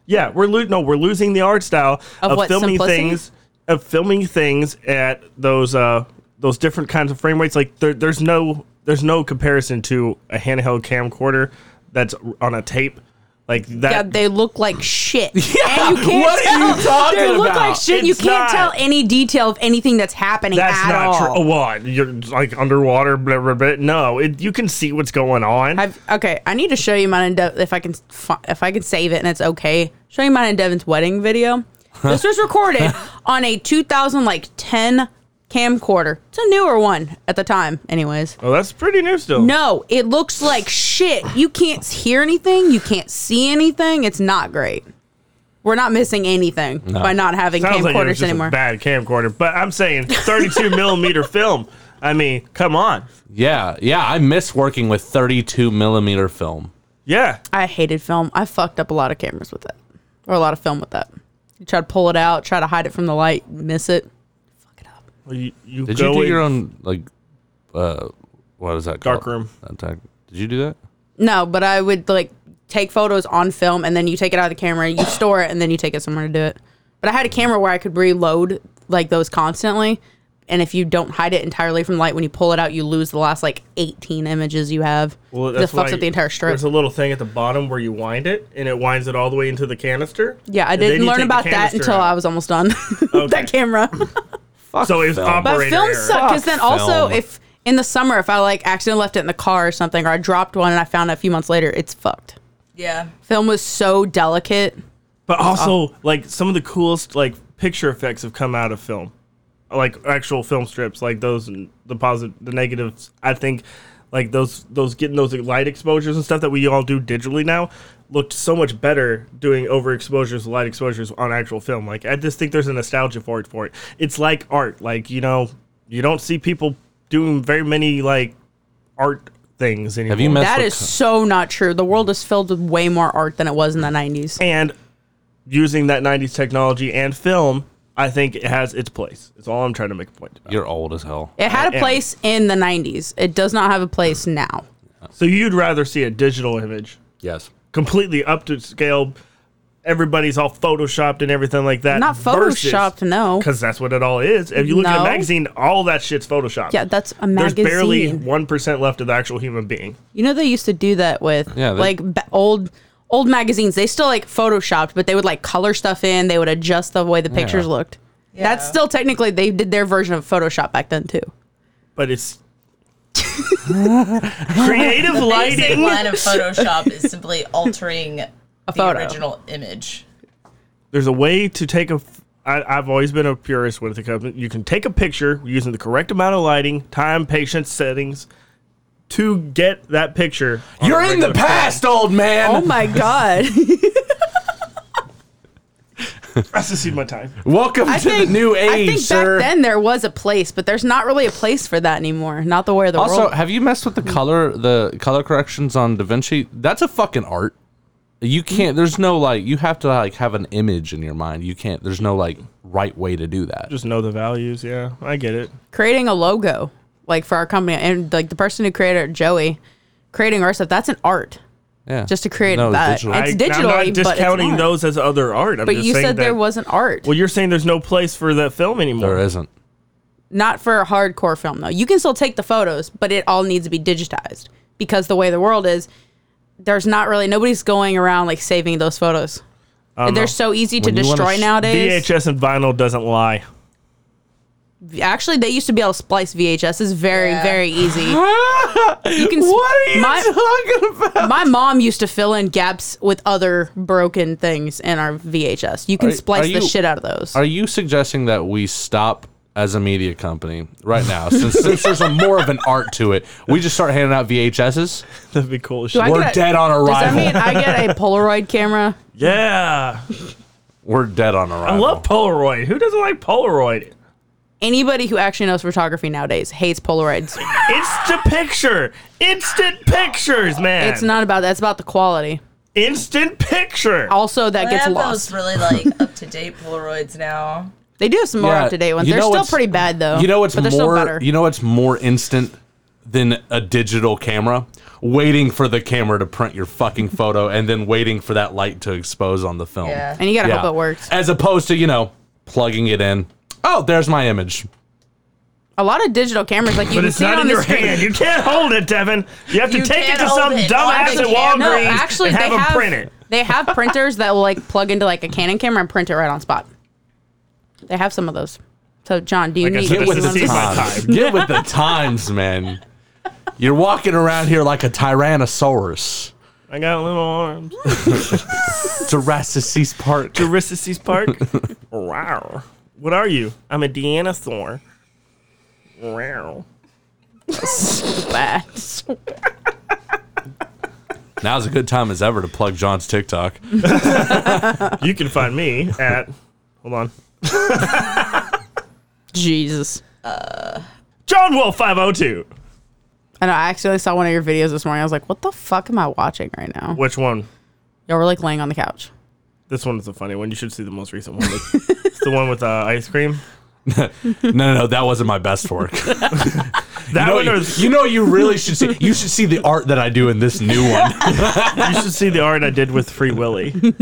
Speaker 2: Yeah, we're lo- no, we're losing the art style
Speaker 3: Of what,
Speaker 2: filming
Speaker 3: simplicity?
Speaker 2: things of filming things at those uh those different kinds of frame rates. Like there, there's no there's no comparison to a handheld camcorder that's on a tape. Like that
Speaker 3: Yeah, they look like shit. and you can't
Speaker 5: what are you
Speaker 3: tell-
Speaker 5: talking
Speaker 3: They look
Speaker 5: about?
Speaker 3: like shit. and you
Speaker 2: It's
Speaker 3: can't
Speaker 2: not-
Speaker 3: tell any detail of anything that's happening
Speaker 2: That's
Speaker 3: at
Speaker 2: not
Speaker 3: all.
Speaker 2: true. Oh, what? You're like underwater, blah, blah, blah. No, it, you can see what's going on.
Speaker 3: I've, okay, I need to show you mine and De- if I can fi- if I can save it and it's okay. Show you mine and Devin's wedding video. This was recorded on a 2000 like 10 camcorder. It's a newer one at the time, anyways.
Speaker 2: oh, that's pretty new still.
Speaker 3: No, it looks like shit. You can't hear anything. You can't see anything. It's not great. We're not missing anything by not having
Speaker 2: Sounds like it was
Speaker 3: camcorders
Speaker 2: just
Speaker 3: anymore.
Speaker 2: a bad camcorder, but I'm saying 32 millimeter film. I mean, come on.
Speaker 5: Yeah, yeah. I miss working with 32 millimeter film.
Speaker 2: Yeah.
Speaker 3: I hated film. I fucked up a lot of cameras with that, or a lot of film with that. You try to pull it out, try to hide it from the light, miss it. Fuck it up.
Speaker 2: Well, you, you
Speaker 5: Did
Speaker 2: go
Speaker 5: you do
Speaker 2: in
Speaker 5: your own like, uh, what is that?
Speaker 2: dark
Speaker 5: called?
Speaker 2: room.
Speaker 5: That type- Did you do that?
Speaker 3: No, but I would like take photos on film and then you take it out of the camera, you store it, and then you take it somewhere to do it. But I had a camera where I could reload like those constantly. And if you don't hide it entirely from light, when you pull it out, you lose the last like 18 images you have.
Speaker 2: Well,
Speaker 3: that
Speaker 2: that's
Speaker 3: fucks
Speaker 2: why
Speaker 3: up the entire strip.
Speaker 2: There's a little thing at the bottom where you wind it, and it winds it all the way into the canister.
Speaker 3: yeah, I
Speaker 2: And then
Speaker 3: didn't
Speaker 2: you
Speaker 3: learn
Speaker 2: take the
Speaker 3: about that
Speaker 2: canister
Speaker 3: until
Speaker 2: out.
Speaker 3: I was almost done.
Speaker 2: Okay.
Speaker 3: that camera.
Speaker 2: So it
Speaker 5: film. But
Speaker 2: was
Speaker 3: But
Speaker 2: operator
Speaker 3: film
Speaker 2: error.
Speaker 3: sucked because then also
Speaker 5: film.
Speaker 3: if in the summer if I like accidentally left it in the car or something or I dropped one and I found it a few months later, it's fucked.
Speaker 4: Yeah,
Speaker 3: Film was so delicate.
Speaker 2: But also, like some of the coolest like picture effects have come out of film, like actual film strips, like those and the positive, the negatives. I think, like those those getting those light exposures and stuff that we all do digitally now looked so much better doing overexposures, light exposures on actual film. Like I just think there's a nostalgia for it. For it, it's like art. Like you know, you don't see people doing very many like art things anymore.
Speaker 5: Have you messed
Speaker 3: That
Speaker 5: with
Speaker 3: is so not true. The world is filled with way more art than it was in the 90s.
Speaker 2: and using that 90s technology and film I think it has its place. It's all I'm trying to make a point about.
Speaker 5: You're old as hell.
Speaker 3: It had
Speaker 2: I
Speaker 3: a
Speaker 2: am.
Speaker 3: place in the 90s. It does not have a place now.
Speaker 2: So you'd rather see a digital image,
Speaker 6: Yes.
Speaker 2: completely up to scale. Everybody's all photoshopped and everything like that.
Speaker 3: Not photoshopped, no.
Speaker 2: Because that's what it all is. If you look at a
Speaker 3: No.
Speaker 2: magazine, all that shit's photoshopped.
Speaker 3: Yeah, that's a
Speaker 2: There's
Speaker 3: magazine.
Speaker 2: barely 1% left of the actual human being.
Speaker 3: You know they used to do that with
Speaker 5: Yeah, they-
Speaker 3: like ba- old old magazines. They still like photoshopped, but they would like color stuff in. They would adjust the way the pictures looked. That's
Speaker 4: Yeah.
Speaker 3: still technically they did their version of Photoshop back then too.
Speaker 2: But it's. Creative
Speaker 4: Basic
Speaker 2: lighting.
Speaker 4: line of Photoshop is simply altering the
Speaker 3: photo.
Speaker 4: original image.
Speaker 2: there's a way to take a. f- I, I've always been a purist when it comes. You can take a picture using the correct amount of lighting, time, patience, settings, to get that picture. on
Speaker 5: You're
Speaker 2: a
Speaker 5: in the
Speaker 2: regular-
Speaker 5: past, old
Speaker 3: Oh
Speaker 5: man.
Speaker 3: my god!
Speaker 2: That's to see my time.
Speaker 5: Welcome to the new age,
Speaker 3: I think
Speaker 5: sir.
Speaker 3: back then there was a place, but there's not really a place for that anymore. Not the way of the
Speaker 5: also,
Speaker 3: world.
Speaker 5: have you messed with the color, the color corrections on DaVinci? That's a fucking art. You can't. There's no like. You have to like have an image in your mind. You can't. There's no like right way to do that.
Speaker 2: Just know the values. Yeah, I get it.
Speaker 3: Creating a logo like for our company and like the person who created it, Joey, creating our stuff. That's an art.
Speaker 5: Yeah.
Speaker 3: Just to create that.
Speaker 5: digital.
Speaker 3: It's
Speaker 2: I,
Speaker 3: digital,
Speaker 2: I'm
Speaker 3: but
Speaker 2: not
Speaker 3: it's
Speaker 2: discounting
Speaker 3: not.
Speaker 2: those as other art. I'm
Speaker 3: But
Speaker 2: just
Speaker 3: you
Speaker 2: saying
Speaker 3: said
Speaker 2: that,
Speaker 3: there wasn't art.
Speaker 2: Well, you're saying there's no place for that film anymore.
Speaker 5: there isn't.
Speaker 3: not for a hardcore film though. You can still take the photos, but it all needs to be digitized because the way the world is, there's not really nobody's going around like saving those photos. They're so easy to
Speaker 5: When you wanna
Speaker 3: destroy
Speaker 5: s-
Speaker 3: nowadays.
Speaker 2: VHS and vinyl doesn't lie.
Speaker 3: Actually, they used to be able to splice VHS. Is very
Speaker 4: Yeah.
Speaker 3: very easy. you can. sp- my,
Speaker 5: talking about?
Speaker 3: my mom used to fill in gaps with other broken things in our VHS. You can
Speaker 5: Are-
Speaker 3: splice
Speaker 5: are you-
Speaker 3: the shit out of those.
Speaker 5: Are you suggesting that we stop as a media company right now, since, since there's a more of an art to it, we just start handing out VHSs?
Speaker 2: That'd be cool. As
Speaker 3: Do I
Speaker 2: shit.
Speaker 5: We're
Speaker 3: get a-
Speaker 5: dead on
Speaker 3: Does that
Speaker 5: arrival.
Speaker 3: mean I get a Polaroid camera?
Speaker 2: Yeah,
Speaker 5: We're dead on arrival.
Speaker 2: I love Polaroid. Who doesn't like Polaroid?
Speaker 3: Anybody who actually knows photography nowadays hates Polaroids.
Speaker 2: Instant picture, instant pictures, man.
Speaker 3: It's not about that. It's about the quality.
Speaker 2: instant picture.
Speaker 3: Also, that
Speaker 4: I
Speaker 3: gets
Speaker 4: have
Speaker 3: lost.
Speaker 4: those really like up to date Polaroids now.
Speaker 3: they do have some more
Speaker 5: Yeah,
Speaker 3: up to date ones.
Speaker 5: you
Speaker 3: They're
Speaker 5: know
Speaker 3: still
Speaker 5: what's-
Speaker 3: pretty bad though.
Speaker 5: You know what's
Speaker 3: but they're still
Speaker 5: more?
Speaker 3: better.
Speaker 5: You know what's more instant than a digital camera? Waiting for the camera to print your fucking photo and then waiting for that light to expose on the film.
Speaker 4: Yeah.
Speaker 3: and you gotta
Speaker 5: Yeah.
Speaker 3: hope it works.
Speaker 5: As opposed to you know plugging it in. Oh, there's my image.
Speaker 3: A lot of digital cameras, like you
Speaker 2: But
Speaker 3: can
Speaker 2: it's
Speaker 3: see it
Speaker 2: not
Speaker 3: on
Speaker 2: in
Speaker 3: the
Speaker 2: your
Speaker 3: screen.
Speaker 2: hand. You can't hold it, Devin. You have to
Speaker 4: You
Speaker 2: take it
Speaker 4: can't
Speaker 2: to
Speaker 4: hold
Speaker 2: some
Speaker 4: it
Speaker 3: Oh,
Speaker 2: dumbass
Speaker 4: on
Speaker 2: at
Speaker 4: the
Speaker 2: Walgreens
Speaker 4: camera.
Speaker 3: No, actually,
Speaker 2: and
Speaker 3: they
Speaker 2: have them
Speaker 3: have
Speaker 2: print it.
Speaker 3: they have printers that will like plug into like a Canon camera and print it right on spot. They have some of those. So, John, do you
Speaker 2: Like I
Speaker 3: need?
Speaker 2: said,
Speaker 3: do
Speaker 5: Get
Speaker 3: you
Speaker 2: this
Speaker 5: with
Speaker 2: is
Speaker 3: want
Speaker 5: the
Speaker 2: my
Speaker 3: some-
Speaker 5: times.
Speaker 2: time.
Speaker 5: Get with the times, man. You're walking around here like a Tyrannosaurus.
Speaker 2: I got little arms.
Speaker 5: Jurassic Park.
Speaker 2: Aristides Park. wow. What are you? I'm a dinosaur. Wow.
Speaker 5: Now's a good time as ever to plug John's TikTok.
Speaker 2: You can find me at. Hold on.
Speaker 3: Jesus.
Speaker 2: John Wolf 502.
Speaker 3: I know. I accidentally saw one of your videos this morning. I was like, "What the fuck am I watching right now?"
Speaker 2: Which one?
Speaker 3: Y'all were like laying on the couch.
Speaker 2: This one is a funny one. You should see the most recent one. It's the one with uh, ice cream.
Speaker 5: No, no, no, that wasn't my best work.
Speaker 2: That
Speaker 5: No,
Speaker 2: one
Speaker 5: you,
Speaker 2: is.
Speaker 5: you know you really should see you should see the art that I do in this new one.
Speaker 2: You should see the art I did with Free Willy.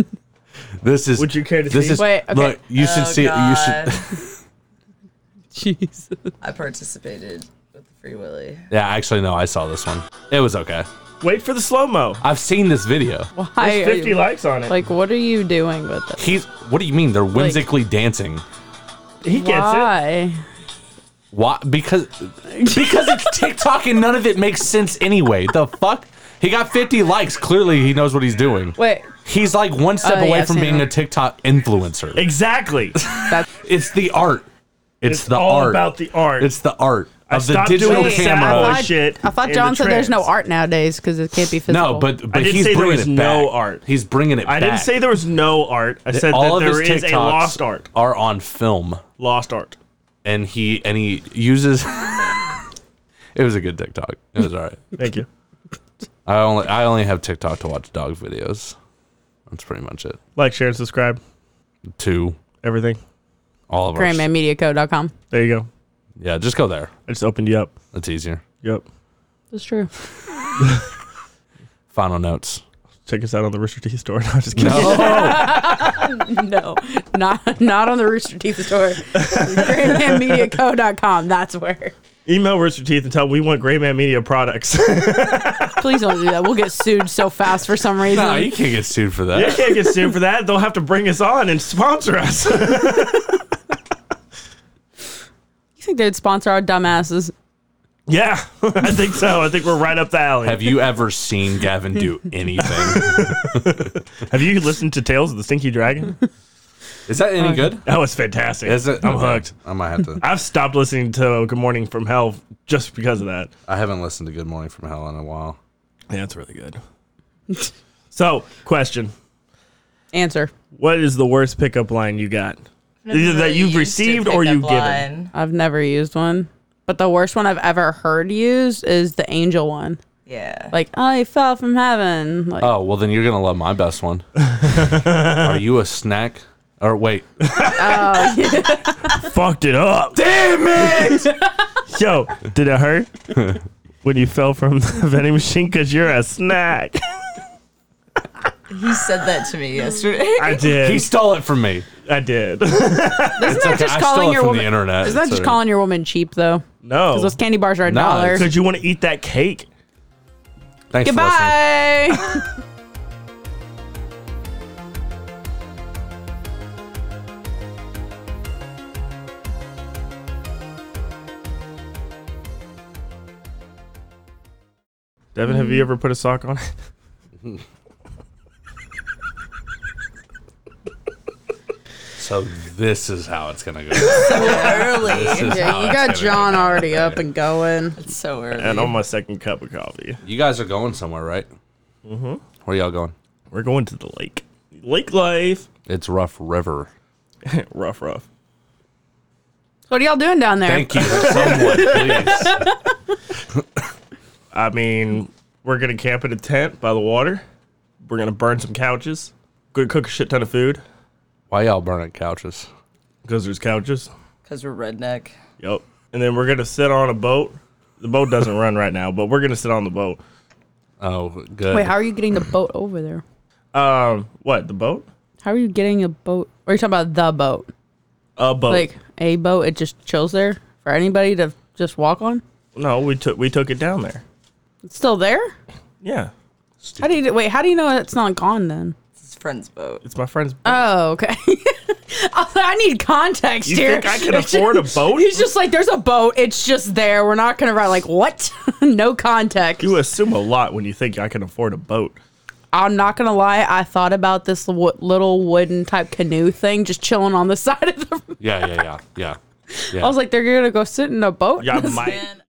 Speaker 5: This is
Speaker 2: Would you care to
Speaker 5: this
Speaker 2: see?
Speaker 5: Is,
Speaker 3: Wait, okay. Oh,
Speaker 5: Look, you
Speaker 4: Oh,
Speaker 5: should see it. You should
Speaker 3: Jesus.
Speaker 4: I participated with the Free Willy.
Speaker 5: Yeah, actually no, I saw this one. It was okay.
Speaker 2: Wait for the slow mo.
Speaker 5: I've seen this video.
Speaker 3: Why are
Speaker 2: 50
Speaker 3: you,
Speaker 2: likes on it.
Speaker 3: like, what are you doing with it?
Speaker 5: He's what do you mean they're whimsically dancing?
Speaker 2: he gets it.
Speaker 3: Why?
Speaker 5: Why? Because because it's TikTok and none of it makes sense anyway. The fuck? He got 50 likes. Clearly, he knows what he's doing.
Speaker 3: Wait,
Speaker 5: He's like one step
Speaker 3: Oh, yeah,
Speaker 5: away
Speaker 3: I've
Speaker 5: from
Speaker 3: seen
Speaker 5: being
Speaker 3: that.
Speaker 5: a TikTok influencer.
Speaker 2: Exactly.
Speaker 3: that's
Speaker 5: It's the art. It's,
Speaker 2: It's
Speaker 5: the
Speaker 2: all
Speaker 5: art.
Speaker 2: about the art.
Speaker 5: It's the art of the
Speaker 2: stopped
Speaker 5: digital
Speaker 2: doing the
Speaker 5: camera.
Speaker 2: Savoy shit
Speaker 3: I thought
Speaker 2: in
Speaker 3: John
Speaker 2: the
Speaker 3: said there's no
Speaker 2: trends.
Speaker 3: art nowadays because it can't be physical.
Speaker 5: No, but but
Speaker 2: didn't
Speaker 5: he's
Speaker 2: say there
Speaker 5: bringing
Speaker 2: was
Speaker 5: it back.
Speaker 2: no art.
Speaker 5: He's bringing it.
Speaker 2: I didn't
Speaker 5: back.
Speaker 2: say there was no art. I said
Speaker 5: all
Speaker 2: that
Speaker 5: of
Speaker 2: there
Speaker 5: his
Speaker 2: is
Speaker 5: TikToks
Speaker 2: a lost art.
Speaker 5: are on film,
Speaker 2: Lost art.
Speaker 5: and he and he uses. it was a good TikTok. It was all right.
Speaker 2: Thank you.
Speaker 5: I only I only have TikTok to watch dog videos. That's pretty much it.
Speaker 2: Like, share, and subscribe.
Speaker 5: Two.
Speaker 2: Everything.
Speaker 5: All of ours.
Speaker 3: GrandmanMediaCo.com.
Speaker 2: There you go.
Speaker 5: Yeah, just go there.
Speaker 2: I just opened you up.
Speaker 5: That's easier.
Speaker 2: Yep.
Speaker 3: That's true.
Speaker 5: Final notes.
Speaker 2: Check us out on the Rooster Teeth store. No, I'm just kidding.
Speaker 5: Oh, No.
Speaker 3: no, not not on the Rooster Teeth store. GrandmanMediaCo.com. That's where.
Speaker 2: Email Rooster Teeth and tell them we want Gray Man Media products. you
Speaker 3: Please don't do that. We'll get sued so fast for some reason.
Speaker 5: no, you can't get sued for that.
Speaker 2: can't get sued for that. They'll have to bring us on and sponsor us.
Speaker 3: You think they'd sponsor our dumbasses?
Speaker 2: yeah, I think so. I think we're right up the alley.
Speaker 5: Have you ever seen Gavin do anything?
Speaker 2: Have you listened to Tales of the Stinky Dragon?
Speaker 5: Is that any good?
Speaker 2: That was fantastic.
Speaker 5: Is it?
Speaker 2: I'm
Speaker 5: Okay.
Speaker 2: hooked.
Speaker 5: I might have to.
Speaker 2: I've stopped listening to Good Morning from Hell just because of that.
Speaker 5: I haven't listened to Good Morning from Hell in a while.
Speaker 2: Yeah, it's really good. so, question:
Speaker 3: Answer.
Speaker 2: What is the worst pickup line you got? Either that you've received or you've given.
Speaker 4: given.
Speaker 3: I've never used one. But the worst one I've ever heard used is the angel one.
Speaker 4: Yeah.
Speaker 3: Like, oh, he fell from heaven. Like,
Speaker 5: Oh well, then you're gonna love my best one. Are you a snack? Or wait,
Speaker 2: Fucked it up.
Speaker 5: damn it!
Speaker 2: Yo, did it hurt when you fell from the vending machine? Cause you're a snack.
Speaker 4: You said that to me yesterday.
Speaker 2: I did.
Speaker 5: He stole it from me.
Speaker 2: I did.
Speaker 5: It's
Speaker 3: that
Speaker 5: okay.
Speaker 3: just
Speaker 5: I
Speaker 3: calling
Speaker 5: stole it
Speaker 3: your
Speaker 5: from the
Speaker 3: woman-
Speaker 5: internet.
Speaker 3: Is that
Speaker 5: It's
Speaker 3: just
Speaker 5: okay.
Speaker 3: calling your woman cheap though?
Speaker 2: No,
Speaker 3: Those candy bars are a
Speaker 5: No,
Speaker 3: dollar.
Speaker 5: it's-
Speaker 2: because you want to eat that cake.
Speaker 5: Thanks for listening.
Speaker 3: Goodbye.
Speaker 2: Devin, have you ever put a sock on it?
Speaker 5: So this is how it's gonna go.
Speaker 4: early.
Speaker 5: This is how
Speaker 3: Yeah, you
Speaker 5: it's
Speaker 3: got
Speaker 5: gonna
Speaker 3: John
Speaker 5: go.
Speaker 3: already up and going.
Speaker 4: It's so early.
Speaker 2: And on my second cup of coffee,
Speaker 5: You guys are going somewhere, right? Mm-hmm. Where y'all going?
Speaker 2: we're going to the lake. Lake life.
Speaker 5: It's Rough River.
Speaker 2: rough, rough.
Speaker 3: What are y'all doing down there?
Speaker 5: Thank you, someone, please.
Speaker 2: I mean, we're gonna camp in a tent by the water. We're gonna burn some couches. Gonna cook a shit ton of food
Speaker 5: Why y'all burning couches?
Speaker 2: because there's couches.
Speaker 4: Because we're redneck.
Speaker 2: Yep. And then we're gonna sit on a boat. The boat doesn't run right now, but we're gonna sit on the boat.
Speaker 5: Oh, good.
Speaker 3: Wait, how are you getting the boat over there?
Speaker 2: Um, what the boat?
Speaker 3: How are you getting a boat? Or are you talking about the boat?
Speaker 2: A boat.
Speaker 3: Like a boat, it just chills there for anybody to just walk on?
Speaker 2: no, we took we took it down there.
Speaker 3: It's still there?
Speaker 2: Yeah,
Speaker 3: How do you wait? How do you know it's not gone then?
Speaker 4: It's friend's boat.
Speaker 2: it's my friend's. boat.
Speaker 3: Oh, okay. I was like, I need context
Speaker 2: you
Speaker 3: here.
Speaker 2: think I can afford a boat?
Speaker 3: He's just like, there's a boat. It's just there. We're not gonna ride. Like what? no context.
Speaker 2: You assume a lot when you think I can afford a boat.
Speaker 3: I'm not gonna lie. I thought about this w- little wooden type canoe thing, just chilling on the side of the.
Speaker 5: Yeah, yeah, yeah, yeah.
Speaker 3: I was like, they're gonna go sit in a boat.
Speaker 2: Yeah, I might.
Speaker 4: Man,